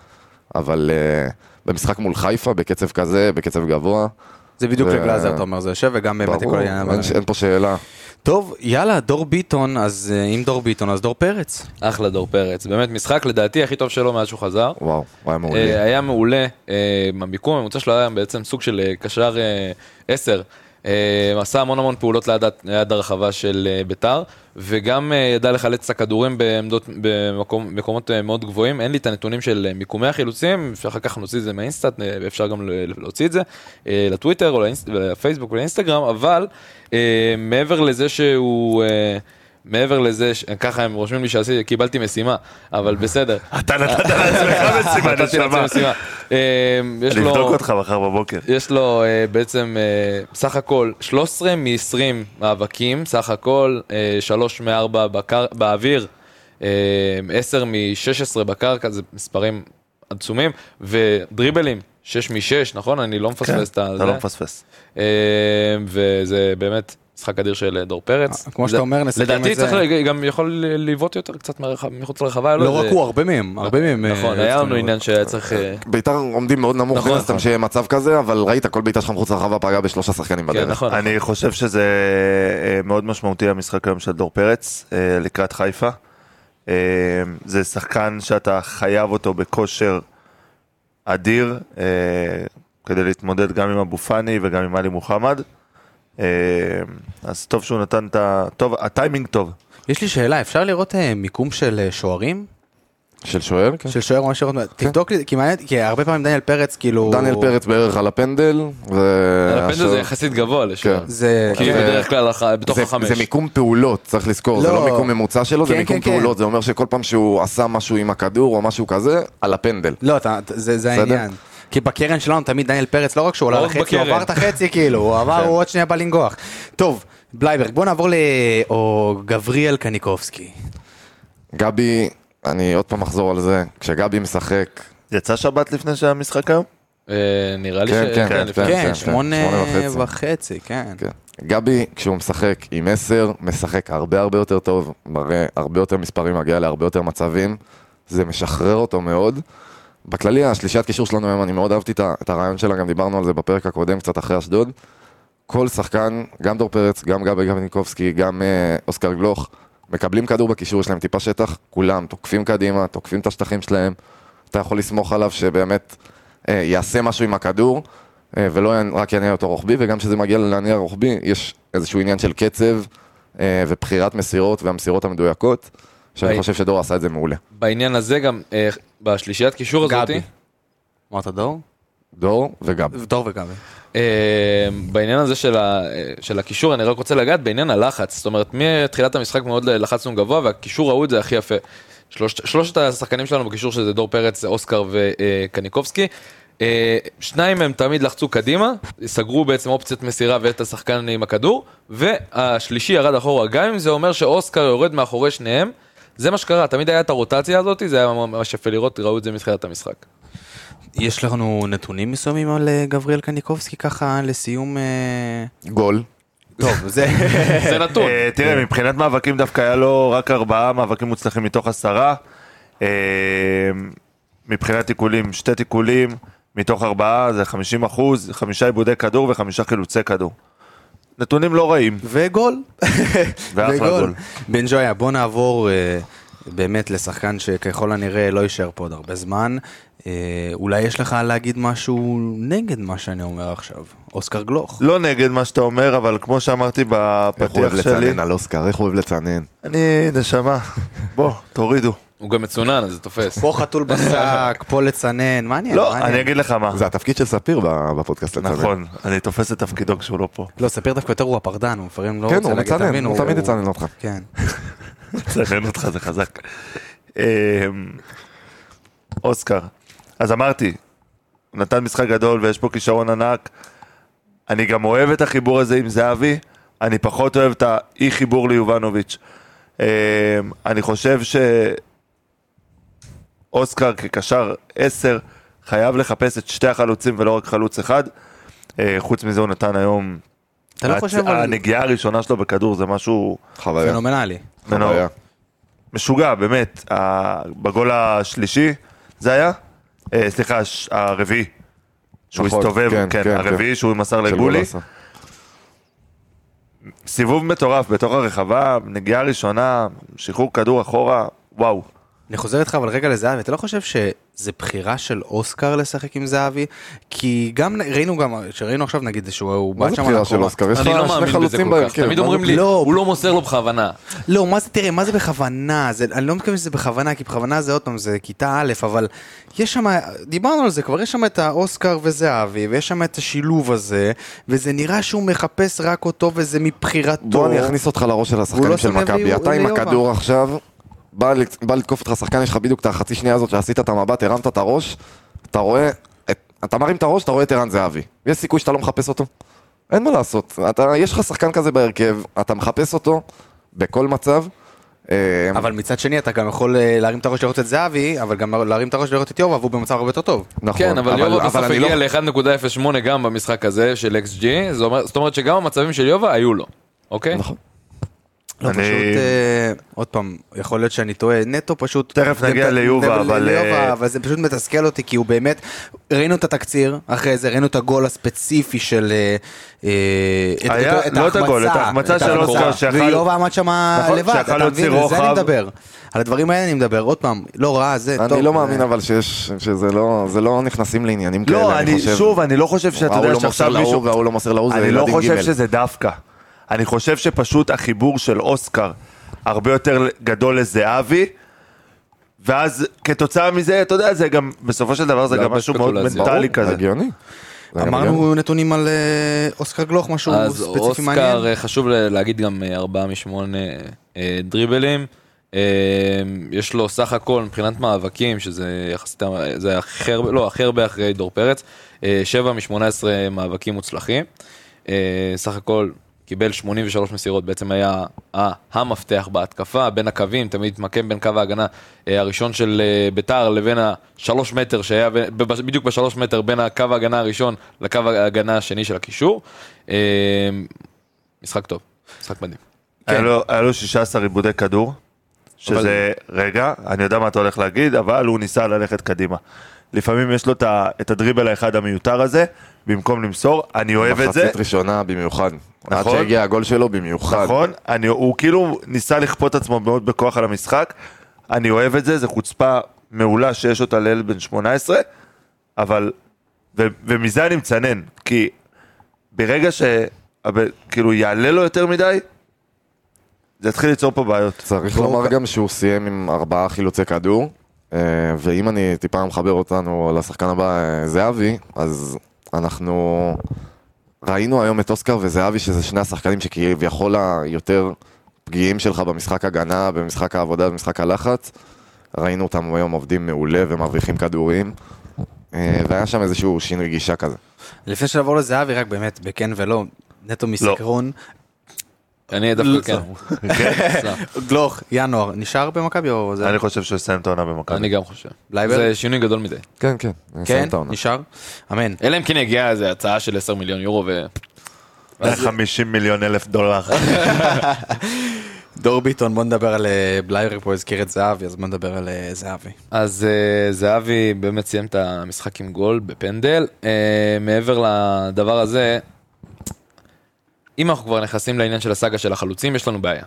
אבל אה, במשחק מול חיפה, בקצב כזה, בקצב גבוה, זה בדיוק זה- לגלאזר, אתה אומר, זה יושב, וגם באמת ברור, לכל העניין אין ש- הבלמים. אין פה שאלה. טוב, יאללה, דור ביטון, אז אה, אם דור ביטון, אז דור פרץ. אחלה דור פרץ, באמת משחק לדעתי הכי טוב שלו מאז שהוא חזר. וואו, הוא היה אה, מעולה. היה מעולה, אה, המיקום הממוצע שלו היה בעצם סוג של אה, קשר אה, עשר. אה, עשה המון המון פעולות ליד, ה- ליד הרחבה של אה, ביתר, וגם אה, ידע לחלץ את הכדורים בעמדות, במקומות אה, מאוד גבוהים. אין לי את הנתונים של אה, מיקומי החילוצים, אחר כך נוציא את זה מהאינסטאט, אה, ואפשר גם ל- להוציא את זה אה, לטוויטר או לאינס- לפייסבוק ולאינסטגרם, אבל אה, מעבר לזה שהוא... אה, מעבר לזה, ש- ככה הם רושמים לי שקיבלתי משימה, אבל בסדר. אתה נתת לעצמך משימה, נתתי לעצמי נשמה. משימה. אמ, יש אני אבדוק לו- אותך מחר בבוקר. יש לו אה, בעצם אה, סך הכל 13 מ-20 מאבקים, סך הכל אה, 3 מ-4 באוויר, אה, 10 מ-16 בקרקע, זה מספרים עצומים, ודריבלים, 6 מ-6, נכון? אני לא כן, מפספס את אתה ה... לא זה. מפספס. אמ, וזה באמת משחק אדיר של אה, דור פרץ. אה, כמו שאתה אומר, נסכם לדעתי את זה. צריך ל- גם יכול לבעוט יותר קצת מהרחב- מחוץ לרחבה. היה לו לא רק איזה- הוא, הרבה מהם, הרבה מהם. אה, נכון, היה לנו צריכים עניין שהיה צריך... אה, ביתר עומדים מאוד נמוך, נכון, מן הסתם נכון. שיהיה מצב כזה, אבל ראית, כל בעיטה שלך מחוץ לרחבה פגעה בשלושה שחקנים כן, בדרך. נכון. אני חושב שזה אה, מאוד משמעותי המשחק היום של דור פרץ אה, לקראת חיפה. אה, זה שחקן שאתה חייב אותו בכושר אדיר אה, כדי להתמודד גם עם אבו פאני וגם עם עלי מוחמד. אה, אז טוב שהוא נתן את ה... טוב, הטיימינג טוב. יש לי שאלה, אפשר לראות אה, מיקום של אה, שוערים? של שוער? כן. של שוער ממש שוער? תבדוק לי, כי מעניין, כי הרבה פעמים דניאל פרץ, כאילו... דניאל פרץ בערך על הפנדל, ו- הפנדל זה השוער- יחסית גבוה לשוער. כן. זה... כי זה- בדרך כלל הח- בתוך זה- החמש. זה מיקום פעולות, צריך לזכור, זה לא. לא מיקום ממוצע שלו, זה כן, מיקום כן, כן. פעולות, זה אומר שכל פעם שהוא עשה משהו עם הכדור או משהו כזה, על הפנדל. לא, אתה- אתה- זה זה העניין. כי בקרן שלנו תמיד דניאל פרץ, לא רק שהוא עלה לא רק לחצי, הוא בקרן. עבר את החצי, כאילו, הוא עבר, כן. הוא עוד שנייה בא לנגוח. טוב, בלייברג, בוא נעבור ל... או גבריאל קניקובסקי. גבי, אני עוד פעם אחזור על זה, כשגבי משחק, יצא שבת לפני שהמשחק היום? אה, נראה לי ש... כן, כן, כן, כן. לפעמים. כן, כן, שמונה שמונה וחצי. וחצי, כן. כן. גבי, כשהוא משחק עם 10, משחק הרבה הרבה יותר טוב, מראה הרבה יותר מספרים, מגיע להרבה יותר מצבים, זה משחרר אותו מאוד. בכללי, השלישיית קישור שלנו היום, אני מאוד אהבתי את ה- את הרעיון שלה, גם דיברנו על זה בפרק הקודם, קצת אחרי אשדוד. כל שחקן, גם דור פרץ, גם גבי גבניקובסקי, גם אה, אוסקר גלוך, מקבלים כדור בקישור, יש להם טיפה שטח, כולם תוקפים קדימה, תוקפים את השטחים שלהם. אתה יכול לסמוך עליו שבאמת אה, יעשה משהו עם הכדור, אה, ולא יענ- רק יניע אותו רוחבי, וגם כשזה מגיע ללהניע רוחבי, יש איזשהו עניין של קצב אה, ובחירת מסירות והמסירות המדויקות, שאני היי. חושב שדור עשה את זה מעולה. בעניין הזה גם, אה, בשלישיית קישור הזאת, גבי. אמרת דור? דור וגם. דור וגבי. אה, בעניין הזה של, ה, אה, של הקישור, אני רק רוצה לגעת בעניין הלחץ. זאת אומרת, מתחילת המשחק מאוד לחצנו גבוה, והקישור ראו את זה הכי יפה. שלושת, שלושת השחקנים שלנו בקישור, שזה דור פרץ, אוסקר וקניקובסקי, אה, שניים מהם תמיד לחצו קדימה, סגרו בעצם אופציית מסירה ואת השחקן עם הכדור, והשלישי ירד אחורה. גם אם זה אומר שאוסקר יורד מאחורי שניהם, זה מה שקרה, תמיד היה את הרוטציה הזאת, זה היה ממש יפה לראות, ראו את זה מתחילת המשחק. יש לנו נתונים מסוימים על אה, גבריאל קניקובסקי ככה לסיום... אה, גול. טוב, זה... זה נתון. אה, תראה, מבחינת מאבקים דווקא היה לו רק ארבעה מאבקים מוצלחים מתוך עשרה. אה, מבחינת תיקולים, שתי תיקולים מתוך ארבעה זה 50 אחוז, חמישה עיבודי כדור וחמישה חילוצי כדור. נתונים לא רעים, וגול. ואחלה גול. בן ג'ויה, בוא נעבור אה, באמת לשחקן שככל הנראה לא יישאר פה עוד הרבה זמן. אה, אולי יש לך להגיד משהו נגד מה שאני אומר עכשיו. אוסקר גלוך. לא נגד מה שאתה אומר, אבל כמו שאמרתי איך הוא אוהב בפתיח שלי, לצנן על אוסקר, איך הוא אוהב לצנן. אני נשמה, בוא, תורידו. הוא גם מצונן, אז זה תופס. פה חתול בשק, פה לצנן, מעניין. לא, מעניין. אני אגיד לך מה. אה, זה התפקיד של ספיר ב- בפודקאסט לצנן. נכון, אני תופס את תפקידו כשהוא לא פה. לא, ספיר דווקא יותר הוא הפרדן, הוא לפעמים לא כן, רוצה הוא להגיד, מצנן, תבין, הוא תמיד יצנן אותך. כן. מצנן אותך, זה חזק. אמ, אוסקר, אז אמרתי, הוא נתן משחק גדול ויש פה כישרון ענק. אני גם אוהב את החיבור הזה עם זהבי, אני פחות אוהב את האי חיבור ליובנוביץ'. אמ, אני חושב שאוסקר כקשר 10 חייב לחפש את שתי החלוצים ולא רק חלוץ אחד. אה, חוץ מזה הוא נתן היום, אתה לא הצ- חושב על הנגיעה הראשונה שלו בכדור זה משהו חוויה. פנומנלי. חוויה. משוגע, באמת. ה- בגול השלישי, זה היה? אה, סליחה, הש- הרביעי. שהוא נכון, הסתובב, כן, כן, כן, הרביעי שהוא מסר של לגולי. גולסה. סיבוב מטורף בתוך הרחבה, נגיעה ראשונה, שחרור כדור אחורה, וואו. כן, אני חוזר איתך אבל רגע לזהבי, אתה לא חושב שזה בחירה של אוסקר לשחק עם זהבי? כי גם ראינו גם, שראינו עכשיו נגיד שהוא מה בעט זה שם על בחירה של הקורה. אוסקר? יש אני לא לך שני מאמין בזה חלוצים כל כך, בהרכב. תמיד מה זה אומרים לי, לא, הוא לא מוסר לו בכוונה. לא, מה זה, תראה, מה זה בכוונה? זה, אני לא מתכוון שזה בכוונה, כי בכוונה זה עוד פעם, זה כיתה א', אבל יש שם, דיברנו על זה כבר, יש שם את האוסקר וזהבי, ויש שם את השילוב הזה, וזה נראה שהוא מחפש רק אותו, וזה מבחירתו. בוא אני אכניס אותך לראש של הוא השחקנים לא של שם לב לי- מכבי. אתה הוא עם ליובה. הכדור עכשיו, בא לת- בא לתקוף אותך שחקן, יש לך בדיוק את החצי שנייה הזאת שעשית את המבט, הרמת את הראש, אתה רואה, את- אתה מרים את הראש, אתה רואה את ערן זהבי. יש סיכוי שאתה לא מחפש אותו? אין מה לעשות. אתה- יש לך שחקן כזה בהרכב, אתה מחפש אותו בכל מצב. אה, אבל מצד שני, אתה גם יכול אה, להרים את הראש לראות את זהבי, אבל גם להרים את הראש לראות את יובה, והוא במצב הרבה יותר טוב. נכון, כן, אבל יובה בסוף אני הגיע לא- ל-1.08 גם במשחק הזה של XG, זה אומר- זאת אומרת שגם המצבים של יובה היו לו, אוקיי? נכון. לא, אני- פשוט, אה, עוד פעם, יכול להיות שאני טועה, נטו פשוט... תכף נגיע זה- ליובה, זה- אבל, ליובה, אה, אבל זה פשוט מתסכל אותי, כי הוא באמת... ראינו את התקציר, אחרי זה ראינו את הגול הספציפי של... אה, אה, את- היה- לא את הגול, את ההחמצה של אוסקר שיכל- ויובה עמד שם נכון, לבד, שיכל אתה להוציא מבין? על זה אני רוחב. מדבר. על הדברים האלה אני מדבר, עוד פעם, לא רע, זה טוב. אני לא אה, מאמין אבל שיש, שזה לא, זה לא נכנסים לעניינים כאלה, לא, אני אני, חושב. שוב, אני לא חושב שאתה ההוא יודע לא מוסר שעכשיו להוא מישהו... וההוא לא מוסר להוא, זה אני לא ילדים חושב ג'. שזה דווקא. אני חושב שפשוט החיבור של אוסקר הרבה יותר גדול לזהבי, ואז כתוצאה מזה, אתה יודע, זה גם, בסופו של דבר זה לא, גם אבל משהו שקטו מאוד לזה. מנטלי ברור, כזה. אה, הגיוני. זה גם הגיוני. אמרנו נתונים על אה, אוסקר גלוך, משהו אז ספציפי אוסקר, מעניין. אה, חשוב ל- להגיד גם אה, 4 מ-8 דריבלים. אה, יש לו סך הכל מבחינת מאבקים, שזה יחסית, ה- זה הכי הרבה, לא, הכי הרבה אחרי דור פרץ, אה, 7 מ-18 מאבקים מוצלחים. אה, סך הכל קיבל 83 מסירות, בעצם היה ה- המפתח בהתקפה, בין הקווים, תמיד התמקם בין קו ההגנה אה, הראשון של אה, ביתר לבין השלוש מטר שהיה, ב- ב- בדיוק בשלוש מטר בין הקו ההגנה הראשון לקו ההגנה השני של הקישור. אה, משחק טוב, משחק מדהים. היה לו- היה לו 16 עיבודי כדור, שזה, רגע, אני יודע מה אתה הולך להגיד, אבל הוא ניסה ללכת קדימה. לפעמים יש לו את ה- את הדריבל האחד המיותר הזה, במקום למסור, אני אוהב את זה, מחצית ראשונה במיוחד. עד נכון. שהגיע הגול שלו במיוחד. נכון? אני, הוא כאילו ניסה לכפות עצמו מאוד בכוח על המשחק, אני אוהב את זה, זו חוצפה מעולה שיש אותה לילד בן 18, אבל, ו, ומזה אני מצנן, כי ברגע ש... אבל, כאילו יעלה לו יותר מדי, זה יתחיל ליצור פה בעיות. צריך לומר גם שהוא סיים עם ארבעה חילוצי כדור, אה, ואם אני טיפה מחבר אותנו לשחקן הבא, אה, זהבי, אז אנחנו ראינו היום את אוסקר וזהבי, שזה שני השחקנים שכביכול היותר פגיעים שלך במשחק הגנה, במשחק העבודה, במשחק הלחץ. ראינו אותם היום עובדים מעולה ומרוויחים כדורים, אה, והיה שם איזשהו שינוי גישה כזה. לפני שנעבור לזהבי, רק באמת, בכן ולא, נטו לא. מסקרון. אני דווקא כן. גלוך, ינואר, נשאר במכבי או זה? אני חושב שהוא יסיים את העונה במכבי. אני גם חושב. לייבר? זה שינוי גדול מדי. כן, כן. כן, נשאר? אמן. אלא אם כן יגיע איזה הצעה של 10 מיליון יורו ו... אה, 50 מיליון אלף דולר. דור ביטון, בוא נדבר על אה, בלייר פה, הזכיר את זהבי, אז בוא נדבר על אה, זהבי. אז אה, זהבי באמת סיים את המשחק עם גול בפנדל. אה, מעבר לדבר הזה, אם אנחנו כבר נכנסים לעניין של הסאגה של החלוצים, יש לנו בעיה.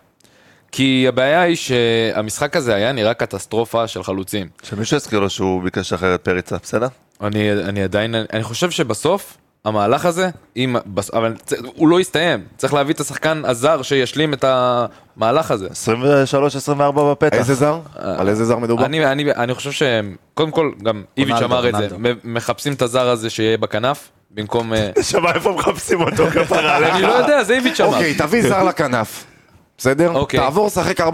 כי הבעיה היא שהמשחק הזה היה נראה קטסטרופה של חלוצים. שמישהו יזכיר לו שהוא ביקש אחרת פריצה, בסדר? אני, אני עדיין, אני חושב שבסוף, המהלך הזה, אם, בס, אבל צ, הוא לא יסתיים. צריך להביא את השחקן הזר שישלים את המהלך הזה. 23-24 בפתח. איזה זר? על איזה זר מדובר? אני, אני, אני חושב שהם, קודם כל, גם איביץ' אמר את זה, רונלדו. מ- מחפשים את הזר הזה שיהיה בכנף, במקום... אה, שמע איפה מחפשים אותו כפרה אני עליך. לא יודע, זה איביץ' אמר. אוקיי, תביא זר לכנף. בסדר? אוקיי. תעבור לשחק 4-3-3.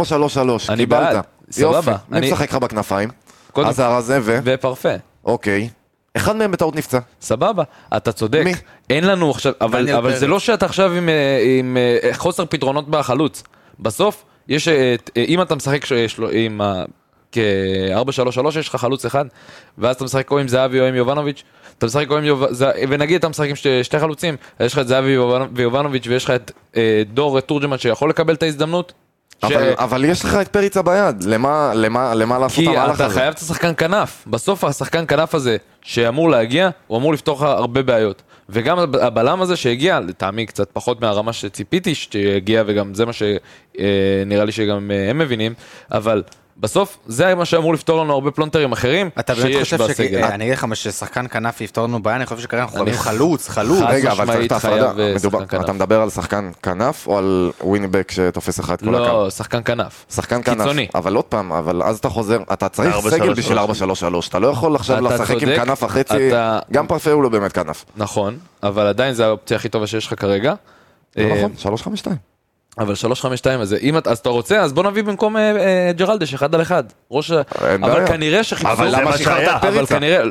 אני קיבלת. בעד. סבבה. יופי. אני- מי משחק לך בכנפיים? קודם- הזר הזה ו... ופרפה, אוקיי. אחד מהם בטעות נפצע. סבבה, אתה צודק. מי? אין לנו עכשיו, אבל, דניאל אבל פרץ. זה לא שאתה עכשיו עם, אה, עם אה, חוסר פתרונות בחלוץ. בסוף, יש, אה, את- אה, אם אתה משחק ש- יש לו- עם ה- כ-4-3-3, יש לך חלוץ אחד, ואז אתה משחק או עם זהבי או עם יובנוביץ', אתה משחק או עם יובנוביץ', ונגיד אתה משחק עם שתי, שתי חלוצים, אז יש לך את זהבי ויובנו- ויובנוביץ' ויש לך את אה, דור תורג'מן שיכול לקבל את ההזדמנות. אבל- אבל יש לך את פריצה ביד. למה למה- למה לעשות את כי המהלך אתה הזה? חייב את השחקן כנף. בסוף השחקן כנף הזה, שאמור להגיע, הוא אמור לפתור לך הרבה בעיות. וגם הב- הבלם הזה שהגיע, לטעמי קצת פחות מהרמה שציפיתי שיגיע, וגם זה מה שנראה לי שגם אה, הם מבינים, אבל בסוף זה מה שאמור לפתור לנו הרבה פלונטרים אחרים, אתה באמת שיש חושב ש... בסגל. אה, אני אגיד לך מה ששחקן כנף יפתור לנו בעיה, אני חושב שכרגע אנחנו אני חייבים חלוץ, חלוץ. חד רגע, אבל צריך משמעית את ההפרדה. חייב, אה, מדובר- שחקן כנף. אתה מדבר על שחקן כנף או על ווינבק שתופס לך את כל הקו? לא, שחקן כנף. שחקן כנף. קיצוני. אבל עוד פעם, אבל אז אתה חוזר, אתה צריך ארבע, סגל שלוש, בשביל שלוש. 4-3-3. אתה לא יכול עכשיו אתה לשחק עם צודק, כנף החצי. אתה- גם פרפה הוא לא באמת כנף. נכון, אבל עדיין זו האופציה הכי טובה שיש לך כרגע. לא אה, נכון, 3-5-2. אבל 352 הזה, אם אתה, אז אתה רוצה, אז בוא נביא במקום אה, אה, ג'רלדש, אחד על אחד. ראש ה... אין אבל בעיה. כנראה שחיפשו... אבל זה מה שהיה. אבל כנראה...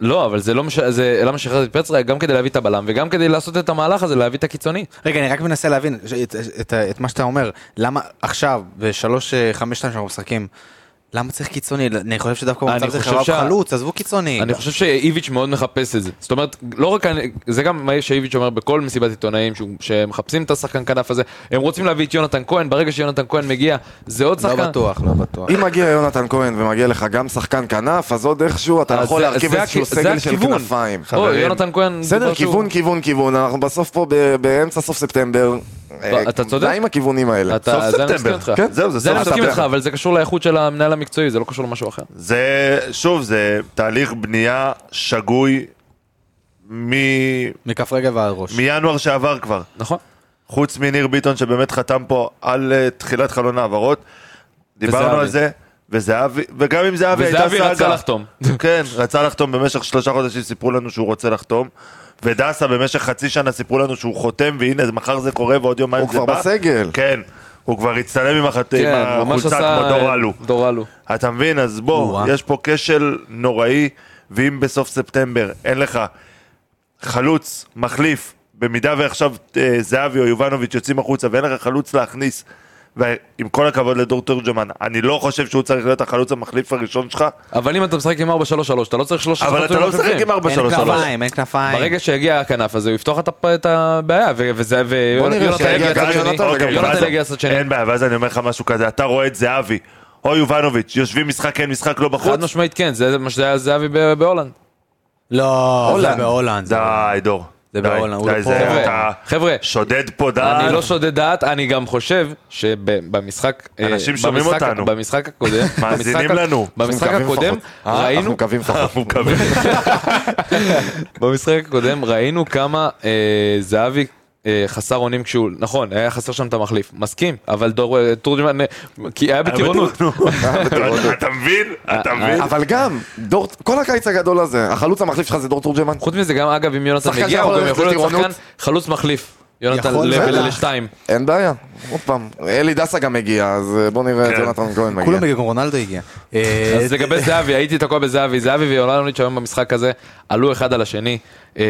לא, אבל זה לא מש... זה... למה שחררתי את פצרה? גם כדי להביא את הבלם, וגם כדי לעשות את המהלך הזה, להביא את הקיצוני. רגע, אני רק מנסה להבין ש- את- את- את מה שאתה אומר, למה עכשיו, ב-3-5-2 שאנחנו משחקים, למה צריך קיצוני? אני חושב שדווקא אני במצב הזה חושב חייב שה- חלוץ, עזבו קיצוני. אני חושב שאיביץ' מאוד מחפש את זה. זאת אומרת, לא רק... אני- זה גם מה שאיביץ' אומר בכל מסיבת עיתונאים, שהוא- שהם מחפשים את השחקן כנף הזה. הם רוצים להביא את יונתן כהן, ברגע שיונתן כהן מגיע, זה עוד שחקן. לא בטוח, לא בטוח. אם מגיע יונתן כהן ומגיע לך גם שחקן כנף, אז עוד איכשהו אתה אז יכול זה- להרכיב זה איזשהו הכי- סגל זה של הכיוון. כנפיים. או, חברים. יונתן כהן... בסדר, דבר שהוא- כיוון, כיוון, כיוון, אנחנו בסוף פה ב- באמצע סוף ספטמבר. אה, לא, אתה צודק. די עם הכיוונים האלה. אתה- סוף זה אני מסכים ספטמבר. איתך. כן, זהו, זה זה סוף אני מסכים ספטמבר. איתך, אבל זה קשור לאיכות של המנהל המקצועי, זה לא קשור למשהו אחר. זה, שוב, זה תהליך בנייה שגוי מ- מכף רגל ועד ראש. מינואר שעבר כבר. נכון. חוץ מניר ביטון שבאמת חתם פה על אה, תחילת חלון העברות. דיברנו וזהבי. על זה. וזהבי, וגם אם זהבי הייתה סאגה. וזהבי רצה לחתום. כן, רצה לחתום במשך שלושה חודשים, סיפרו לנו שהוא רוצה לחתום. ודסה במשך חצי שנה סיפרו לנו שהוא חותם, והנה, מחר זה קורה ועוד יומיים הוא זה בא. כבר בסגל. כן, הוא כבר הצטלם עם החת- עם כן, ממש החולצה עשה... כמו דורלו. דורלו. אתה מבין? אז בוא, או-אה. יש פה כשל נוראי, ואם בסוף ספטמבר אין לך חלוץ, מחליף, במידה ועכשיו אה, זהבי או יובנוביץ' יוצאים החוצה ואין לך חלוץ להכניס, ועם כל הכבוד לדור תורג'מן, אני לא חושב שהוא צריך להיות החלוץ המחליף הראשון שלך, אבל אם אתה משחק עם 4-3-3, אתה לא צריך שלושה אבל אתה חלוצים לא משחק נוספים. עם 4 אין 3 3 כנפיים, אין כנפיים. ברגע שיגיע הכנף הזה, הוא יפתור לך את ה- את הבעיה, ו- וזה... ו- בוא נראה יונתן שיגיע יגיע גם צד שני. יונתן וגם אוקיי, יונתן ואז- יגיע לצד שני. אין בעיה, ואז אני אומר לך משהו כזה, אתה רואה את זהבי או יובנוביץ', יושבים משחק כן, משחק לא בחוץ? חד משמעית כן, זה מה שהיה זהבי ב- בהולנד. לא, זה בהולנד. זה- די, דור. זה די, בהולנד, הוא די, לא זה- פה. אתה חבר'ה, שודד פה דעת. אני לא שודד דעת, אני גם חושב שבמשחק... אה, אנשים שומעים במשחק- אותנו. במשחק הקודם... מאזינים במשחק ה- לנו. אה, במשחק אנחנו מקווים הקודם לפחות. אה, אנחנו ראינו... מקווים לפחות. הוא מקבל. במשחק הקודם ראינו כמה אה, זהבי... אה, חסר אונים כשהוא, נכון, היה חסר שם את המחליף, מסכים, אבל דור אה, תורג'מן, אה, כי היה בטירונות, אתה- אתה מבין? אתה אה, מבין? אה, אבל גם, דור, כל הקיץ הגדול הזה, החלוץ המחליף שלך זה דור תורג'מן? חוץ מזה גם אגב אם יונתן שחקן מגיע שיכול הוא גם ללכת יכול להיות לטירונות. שחקן חלוץ מחליף, יונתן יכול, ל- בטח. לשתיים, אין בעיה, עוד פעם, אלי דסה גם הגיע, אז אה, בוא נראה את כן. יונתן כהן מגיע. כולם בגלל רונלדו הגיע. אה, אז לגבי זהבי, הייתי תקוע בזהבי, זהבי ויולנוביץ' היום במשחק הזה עלו אחד על השני. אה,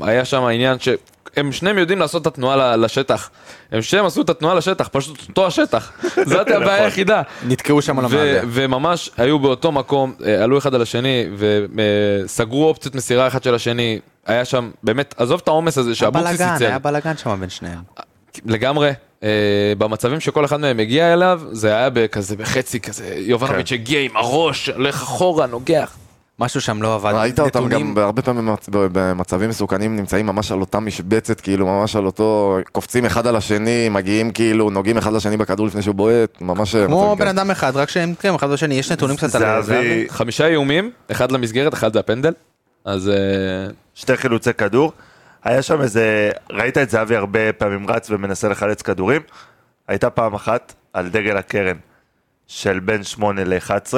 היה שם עניין שהם שניהם יודעים לעשות את התנועה ל- לשטח. הם שניהם עשו את התנועה לשטח, פשוט אותו השטח. זאת הבעיה היחידה. נתקעו שם על ו- המעלה. וממש היו באותו מקום, אה, עלו אחד על השני וסגרו אופציות מסירה אחד של השני. היה שם, באמת, עזוב את העומס הזה שאבוקסיס בלאגן, ייצר. היה בלאגן שם בין שניהם. לגמרי. אה, במצבים שכל אחד מהם הגיע אליו, זה היה בכזה בחצי כזה, כן. יובנוביץ' הגיע עם הראש, הולך אחורה, נוגח. משהו שם לא עבד. ראית אותם נתונים- גם הרבה פעמים במצ- ב- במצבים מסוכנים נמצאים ממש על אותה משבצת, כאילו ממש על אותו, קופצים אחד על השני, מגיעים כאילו, נוגעים אחד לשני בכדור לפני שהוא בועט, ממש... אה, כמו מצבים בן כאלה. אדם אחד, רק שהם כן, אחד בשני, יש נתונים קצת על אה, זה. זהבי, חמישה איומים, אחד למסגרת, אחד זה הפנדל. אז אה, שתי חילוצי כדור. היה שם איזה, ראית את זהבי הרבה פעמים רץ ומנסה לחלץ כדורים? הייתה פעם אחת על דגל הקרן של בין 8 ל-11,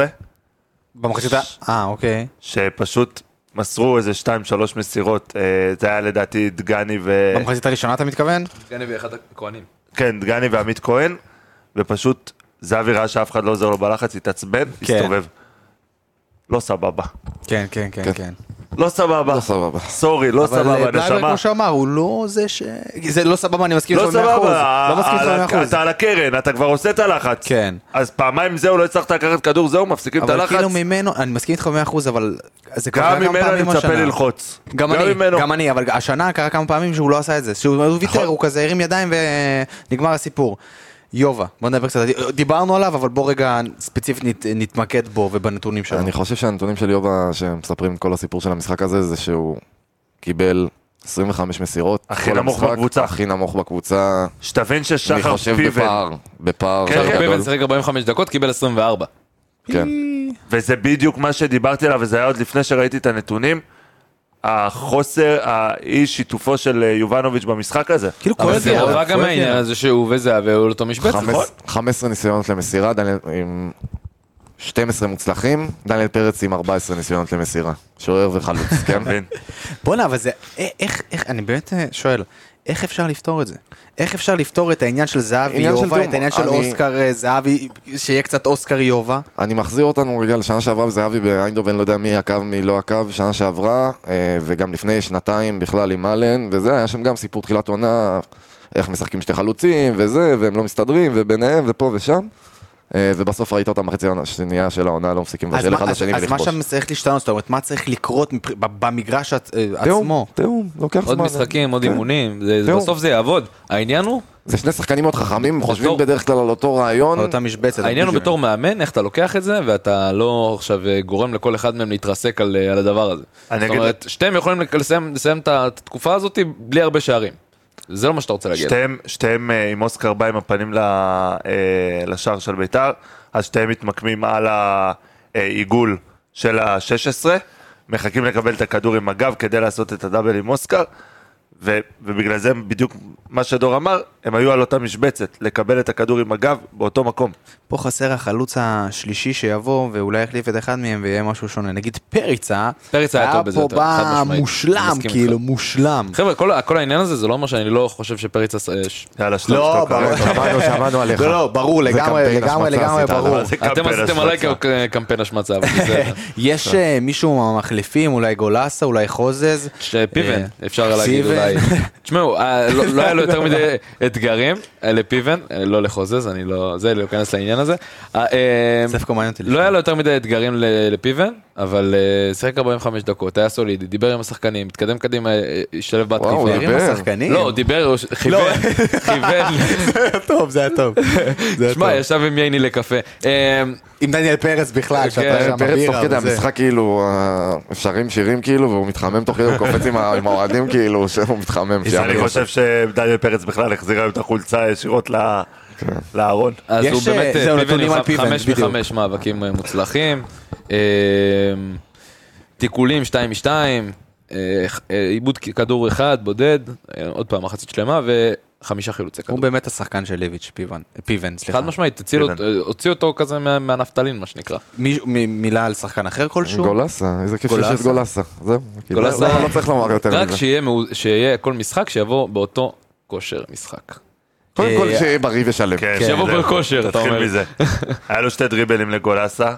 במחצית ה... אה, אוקיי. שפשוט מסרו איזה 2-3 מסירות, אה, זה היה לדעתי דגני ו... במחצית הראשונה אתה מתכוון? גנבי אחד הכהנים. כן, דגני ועמית כהן, ופשוט זהבי ראה שאף אחד לא עוזר לו בלחץ, התעצבן, הסתובב. לא סבבה. כן, כן, כן, כן. לא סבבה. לא סבבה. סורי, לא סבבה, אבל בלאבר, נשמה. כמו שאמר, הוא לא זה ש... זה לא סבבה, אני מסכים לא איתו 100%. סבבה, לא מסכים על- איתו 100%. אתה על הקרן, אתה כבר עושה את הלחץ. כן. אז פעמיים זהו, לא הצלחת לקחת כדור, זהו, מפסיקים את אבל הלחץ. כאילו ממנו, אני מסכים איתך 100%, אבל זה כבר לא גם קרה כמה ממנו אני פעמים מצפה השנה. ללחוץ. גם אני, ממנו. גם אני, אבל השנה קרה כמה פעמים שהוא לא עשה את זה. שהוא הוא ויתר, הוא כזה הרים ידיים ונגמר הסיפור. יובה, בוא נדבר קצת, דיברנו עליו, אבל בוא רגע ספציפית נת, נתמקד בו ובנתונים שלו. אני חושב שהנתונים של יובה שמספרים את כל הסיפור של המשחק הזה, זה שהוא קיבל 25 מסירות. הכי כל נמוך המשחק, בקבוצה. הכי נמוך בקבוצה, שתבין אני ששחר חושב פיבן, בפער, בפער כן, גדול. כן, פיבן שיחק 45 דקות, קיבל 24. כאילו כן. וזה בדיוק מה שדיברתי עליו, וזה היה עוד לפני שראיתי את הנתונים, החוסר, האי שיתופו של אה, יובנוביץ' במשחק הזה. כאילו אבל כואב לי, זה אבל עברה גם העניין הזה שהוא וזהבי היו על לא אותו משבצת. חמש- 15 ניסיונות למסירה, דניאל- עם 12 מוצלחים, דניאל פרץ עם 14 ניסיונות למסירה. שוער וחלוץ, כן? מבין? בואנה, אבל זה, א- איך, איך, אני באמת אה, שואל, איך אפשר לפתור את זה? איך אפשר לפתור את העניין של זהבי עניין של יובה, דום. את העניין של אני- אוסקר אה, זהבי, שיהיה קצת אוסקר יובה? אני מחזיר אותנו רגע לשנה שעברה בזהבי באיינדובן, לא יודע מי עקב, מי לא עקב, שנה שעברה, אה, וגם לפני שנתיים בכלל עם אלן, וזה, היה שם גם סיפור תחילת עונה, איך משחקים שתי חלוצים, וזה, והם לא מסתדרים, וביניהם, ופה ושם, אה, ובסוף ראית אותם בחצי השנייה של העונה, לא מפסיקים אז לבשל מה, אחד אז, לשני אז מה ולכבוש. שם צריך להשתנות? זאת אומרת, מה צריך לקרות מבח- ב- במגרש עצ- אה, תיאום, עצמו? תיאום, לוקח זמן. אה. עוד משחקים, עוד אימונים, זה- תראו. בסוף זה יעבוד. העניין הוא, זה שני שחקנים מאוד חכמים, הם חושבים בתור- בדרך כלל על אותו רעיון. על אותה משבצת. העניין הוא בדיוק. בתור מאמן, איך אתה לוקח את זה, ואתה לא עכשיו אה, גורם לכל אחד מהם להתרסק על אה, על הדבר הזה. אני זאת אגיד- אומרת, שתיהם יכולים לק- לסיים לסיים את התקופה הזאת בלי הרבה שערים. זה לא מה שאתה רוצה להגיד. שתיהם, שתיהם אה, עם אוסקר בא עם הפנים ל- אה, לשער של ביתר, אז שתיהם מתמקמים על העיגול של ה-16, מחכים לקבל את הכדור עם הגב כדי לעשות את הדאבל עם אוסקר, ו, ובגלל זה בדיוק מה שדור אמר, הם היו על אותה משבצת, לקבל את הכדור עם הגב באותו מקום. פה חסר החלוץ השלישי שיבוא ואולי יחליף את אחד מהם ויהיה משהו שונה. נגיד פריצה, פריצה היה טוב בזה יותר, פה בא חד משמעית. אני מושלם, מסכים כאילו, איתך. מושלם. חבר'ה, כל, כל העניין הזה זה לא אומר שאני לא חושב שפריצה... ס- אה, ש- יאללה, שלום לא, שלום, ברור. קרן. שמענו, שמענו עליך. לא, לא, ברור, זה לגמרי, קמפיין לגמרי, השמצה לגמרי עשית עליו. ברור. זה קמפיין אתם עשיתם השמצה. עליי כ- אה, קמפיין השמצה, אבל בסדר. יש אה, מישהו מהמחליפים, אולי גולסה, אולי חוזז. שפיבן, אה, אפשר להגיד פיבן. אולי. תשמעו, אה, לא לא היה לו יותר מדי אתגרים אתגרים אה, לפיבן, אה, לא לחוזז, אני לא... זה, לא אכנס לעניין הזה. אה, אה, זה דווקא מעניין אותי. לא היה לו יותר מדי אתגרים ל- לפיבן, אבל אה, שיחק 45 דקות, היה סולידי, דיבר עם השחקנים, התקדם קדימה, אה, השתלב וואו, בהתקפה. הוא עם דיבר. השחקנים. לא, הוא דיבר, הוא ש- כיוון, כיוון, טוב, זה היה טוב. זה היה שמע, טוב. ישב עם ייני לקפה. אה, עם דניאל פרץ בכלל, שאתה כן, שם אה, פרץ תוך בבירה כדי וזה. המשחק כאילו, אה, שרים שירים כאילו, והוא מתחמם תוך כדי, הוא קופץ עם ה- עם האוהדים כאילו, שהוא מתחמם. שיעמדו. אני חושב שדניאל פרץ בכלל החזיר היום את החולצה ישירות ל- כן. לארון. אז יש, הוא באמת, אה, אה, זהו, פיבן נתונים עם על פיבן, חמש בדיוק. מחמש מאבקים אה, מוצלחים, אה, תיקולים 2 מ-2, אה, עיבוד כ- כדור אחד בודד, אה, עוד פעם מחצית שלמה וחמישה חילוצי הוא כדור. באמת השחקן של ליביץ', פיבן, פיבן, סליחה. חד משמעית, הציל פיבן. אותו- אה, הוציא אותו כזה מה- מהנפתלין מה שנקרא. מיש- מ- מילה על שחקן אחר כלשהו? גולסה, איזה כיף שיש את גולסה. גולסה. זהו, כאילו, גולסה- למה לא צריך לומר יותר רק מזה. שיהיה מאוז- שיהיה כל משחק שיבוא באותו כושר משחק. קודם כל אה, שיהיה בריא ושלם. כן, שיבוא זהו. בכושר, אתה אומר. תתחיל מזה. היה לו שתי דריבלים לגולסה,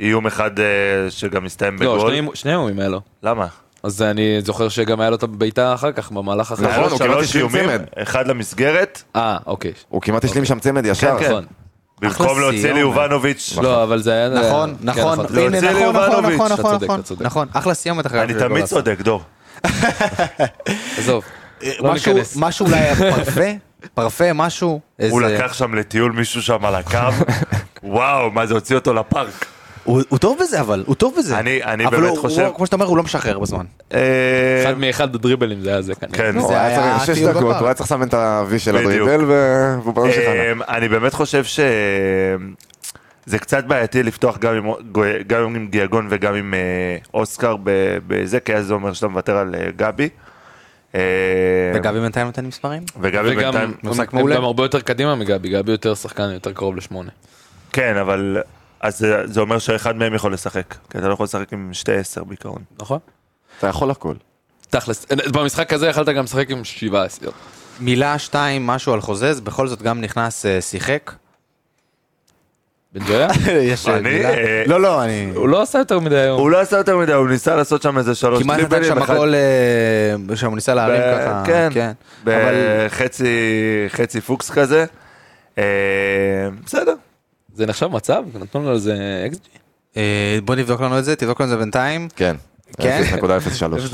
איום אחד אה, שגם הסתיים לא, בגול. שני- שני ימים היה לו. למה? נכון, אז אני זוכר שגם היה לו את הבעיטה אחר כך, במהלך אחר. היה לו הוא כמעט שלוש השלים איומים, צמד. אחד למסגרת, אה, אוקיי. הוא כמעט השלים שם צצמד ישר. כן. נכון. במקום אחלה להוציא סיום, ליובנוביץ'. לא, אבל זה היה... נכון, כן, נכון, לא, הנה, אצל נכון, נכון, יובנוביץ', נכון, אתה נכון, צודק, נכון, אתה צודק. נכון, אחלה סיומת אחרי אני תמיד צודק, דור. עזוב. לא משהו- ניכנס. משהו אולי פרפה, פרפה, משהו, הוא איזה- לקח שם לטיול מישהו שם על הקו, וואו, מה זה הוציא אותו לפארק. הוא הוא טוב בזה אבל, הוא טוב בזה. אני- אני אבל באמת הוא- חושב- הוא- כמו שאתה אומר, הוא לא משחרר בזמן. אה, אחד לא, מאחד בדריבלים זה היה זה כנראה. כן. הוא היה היה צריך שש טיול דקות, בפארק. הוא היה צריך לסמן את ה-V של בדיוק. הדריבל, ו- והוא פרש נכון, שחנה. אמ, אני באמת חושב ש... זה קצת בעייתי לפתוח גם עם, גם עם גיאגון וגם עם אה, אוסקר ב- בזה, כי אז זה אומר שאתה מוותר על אה, גבי. אה, וגבי בינתיים נותן מספרים? וגבי וגם בינתיים, הם- משחק הם מעולה. גם הרבה יותר קדימה מגבי, גבי יותר שחקן, יותר קרוב לשמונה. כן, אבל אז זה, זה אומר שאחד מהם יכול לשחק, כי אתה לא יכול לשחק עם שתי עשר בעיקרון. נכון? אתה יכול הכל. תכלס, אה, במשחק הזה יכלת גם לשחק עם שבעה עשיות. מילה, שתיים, משהו על חוזז, בכל זאת גם נכנס, אה, שיחק. בן ג'ויה? יש אה, אני, מילה? אה, לא, לא, אני... הוא לא עשה יותר מדי היום. הוא לא עשה יותר מדי, הוא ניסה לעשות שם איזה שלוש כמעט נתן דריבלים, שם אחד- גול, אה, שם הוא ניסה להרים ב- ככה. כן. כן. אבל בחצי חצי פוקס כזה. אה, בסדר. זה נחשב מצב? נתנו לו איזה אקסג'י? אה, בוא נבדוק לנו את זה, תבדוק לנו את זה בינתיים. כן. כן? 0.03.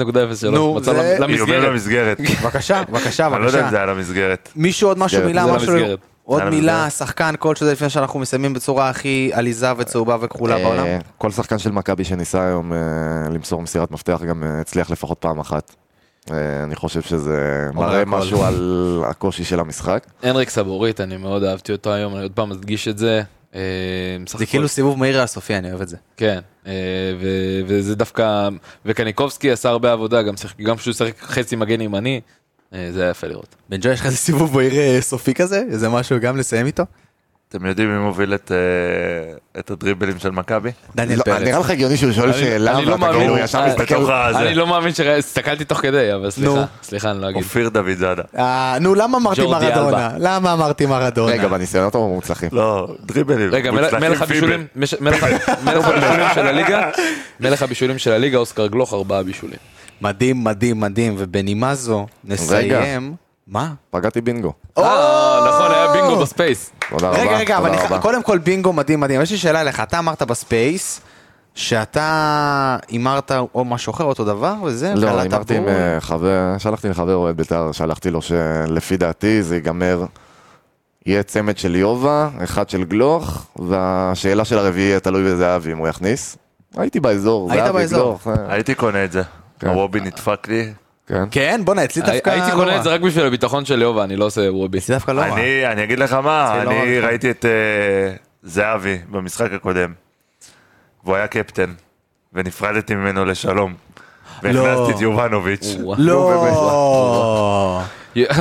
0.03. נו, מצב זה- איומים למסגרת. למסגרת. בבקשה, בבקשה, אני לא יודע בבקשה. אם זה על המסגרת. מישהו עוד משהו, מסגרת, מילה, זה משהו, למסגרת. עוד זה מילה, למסגרת. שחקן כלשהו לפני שאנחנו מסיימים בצורה הכי עליזה וצהובה וכחולה אה, בעולם. כל שחקן של מכבי שניסה היום אה, למסור מסירת מפתח גם אה, הצליח לפחות פעם אחת. אה, אני חושב שזה מראה הכל. משהו על הקושי של המשחק. הנריק סבורית, אני מאוד אהבתי אותו היום, אני עוד פעם אדגיש את זה. אה, בסך זה הכל- כאילו סיבוב מהיר על הסופי, אני אוהב את זה. כן, אה, ו- וזה דווקא, וקניקובסקי עשה הרבה עבודה, גם שיחק- גם כשהוא שיחק חצי מגן ימני, אה, זה היה יפה לראות. בן ג'וי, יש לך איזה סיבוב מהיר אה, סופי כזה? איזה משהו גם לסיים איתו? אתם יודעים מי מוביל את, אה, את הדריבלים של מכבי? דניאל לא, פרץ. נראה לך הגיוני שהוא שואל שאלה אני לא ואתה כאילו מאמין. ישר אה, מסתכל. בתוך הזה. אני לא מאמין שהסתכלתי תוך כדי, אבל סליחה, נו. סליחה, אני לא אגיד. אופיר דוד זאדה. אה, נו, למה אמרתי ג'ורדי מרדונה? למה אמרתי מרדונה? אה. רגע, בניסיונות המוצלחים. לא, דריבלים. רגע, מלך- מוצלחים מלך פיבל. הבישולים מש- מלך ה- מלך הבישולים של הליגה, מלך הבישולים של הליגה, אוסקר גלוך, ארבעה בישולים. מדהים, מדהים, מדהים, ובנימה זו נסיים. מה? פגעתי בינגו. אה, נכון, היה בינגו בספייס. תודה רבה. רגע, רגע, אבל תודה אני- רבה. קודם כל בינגו מדהים, מדהים. יש לי שאלה אליך, אתה אמרת בספייס, שאתה הימרת או משהו אחר, אותו דבר, וזה, לא, קלעת הימרתי עם בול. אה, חבר, שלחתי לחבר אוהד בית"ר, שלחתי לו שלפי דעתי זה ייגמר, יהיה צמד של יובה, אחד של גלוך, והשאלה של הרביעי יהיה תלוי בזהבי אם הוא יכניס. הייתי באזור, היית זהבי באזור. גלוך. אה, הייתי קונה את זה. כן. הוובי נדפק לי. כן. כן, בואנה, אצלי דווקא הייתי לא קונה רע. את זה רק בשביל הביטחון של יובה, אני לא עושה וובי. אצלי דווקא לא רע. אני אני אגיד לך מה, אצלי לא אני רע. ראיתי את אה, זהבי במשחק הקודם. והוא היה קפטן. ונפרדתי ממנו לשלום. לא. והכנסתי את יובנוביץ'. אה. לא.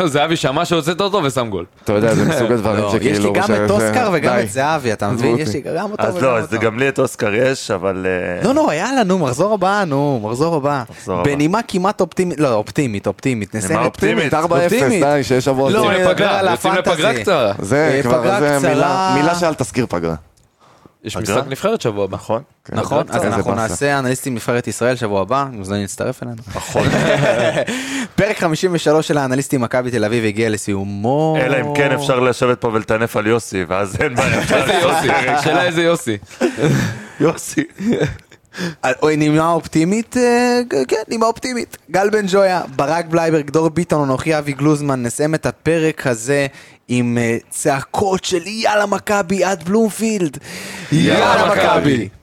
זהבי שמע שהוצאת אותו ושם גול. אתה יודע, זה מסוג הדברים לא, שכאילו... יש לי כאילו גם ש- את זה- אוסקר וגם די. את זהבי, אתה עזבו מבין? אותי. יש לי גם אותו אז וגם לא, אז אותו. גם לי את אוסקר יש, אבל... אה, לא נורא, יאללה, נו, מחזור הבא, נו, מחזור הבא. מחזור הבא. בנימה כמעט אופטימית, לא, אופטימית, אופטימית. נסיים נימה אופטימית, 4-0, אופטימית. די, שיש שבוע לא, טוב. אני יוצאים מדבר על לפגרה, יוצאים לפגרה הפנטזי. קצרה. זה אה, כבר פגרה זה קצרה. מילה- מילה שעל תזכיר פגרה. יש אגרה? משחק נבחרת שבוע הבא. נכון? נכון, אז איזה אנחנו באסה. נעשה אנליסטים נבחרת ישראל שבוע הבא, מוזמנים להצטרף אלינו. נכון. פרק 53 של האנליסטים מכבי תל אביב הגיע לסיומו. אלא אם כן אפשר לשבת פה ולטנף על יוסי, ואז אין בעיה. איזה יוסי? השאלה איזה יוסי. יוסי. אה, אוי, נימה אופטימית? אה, כן, נימה אופטימית. גל בן ג'ויה, ברק בלייברג, דור ביטון, אנוכי אבי גלוזמן, נסיים את הפרק הזה עם אה, צעקות של יאללה מכבי עד בלומפילד. יאללה מכבי.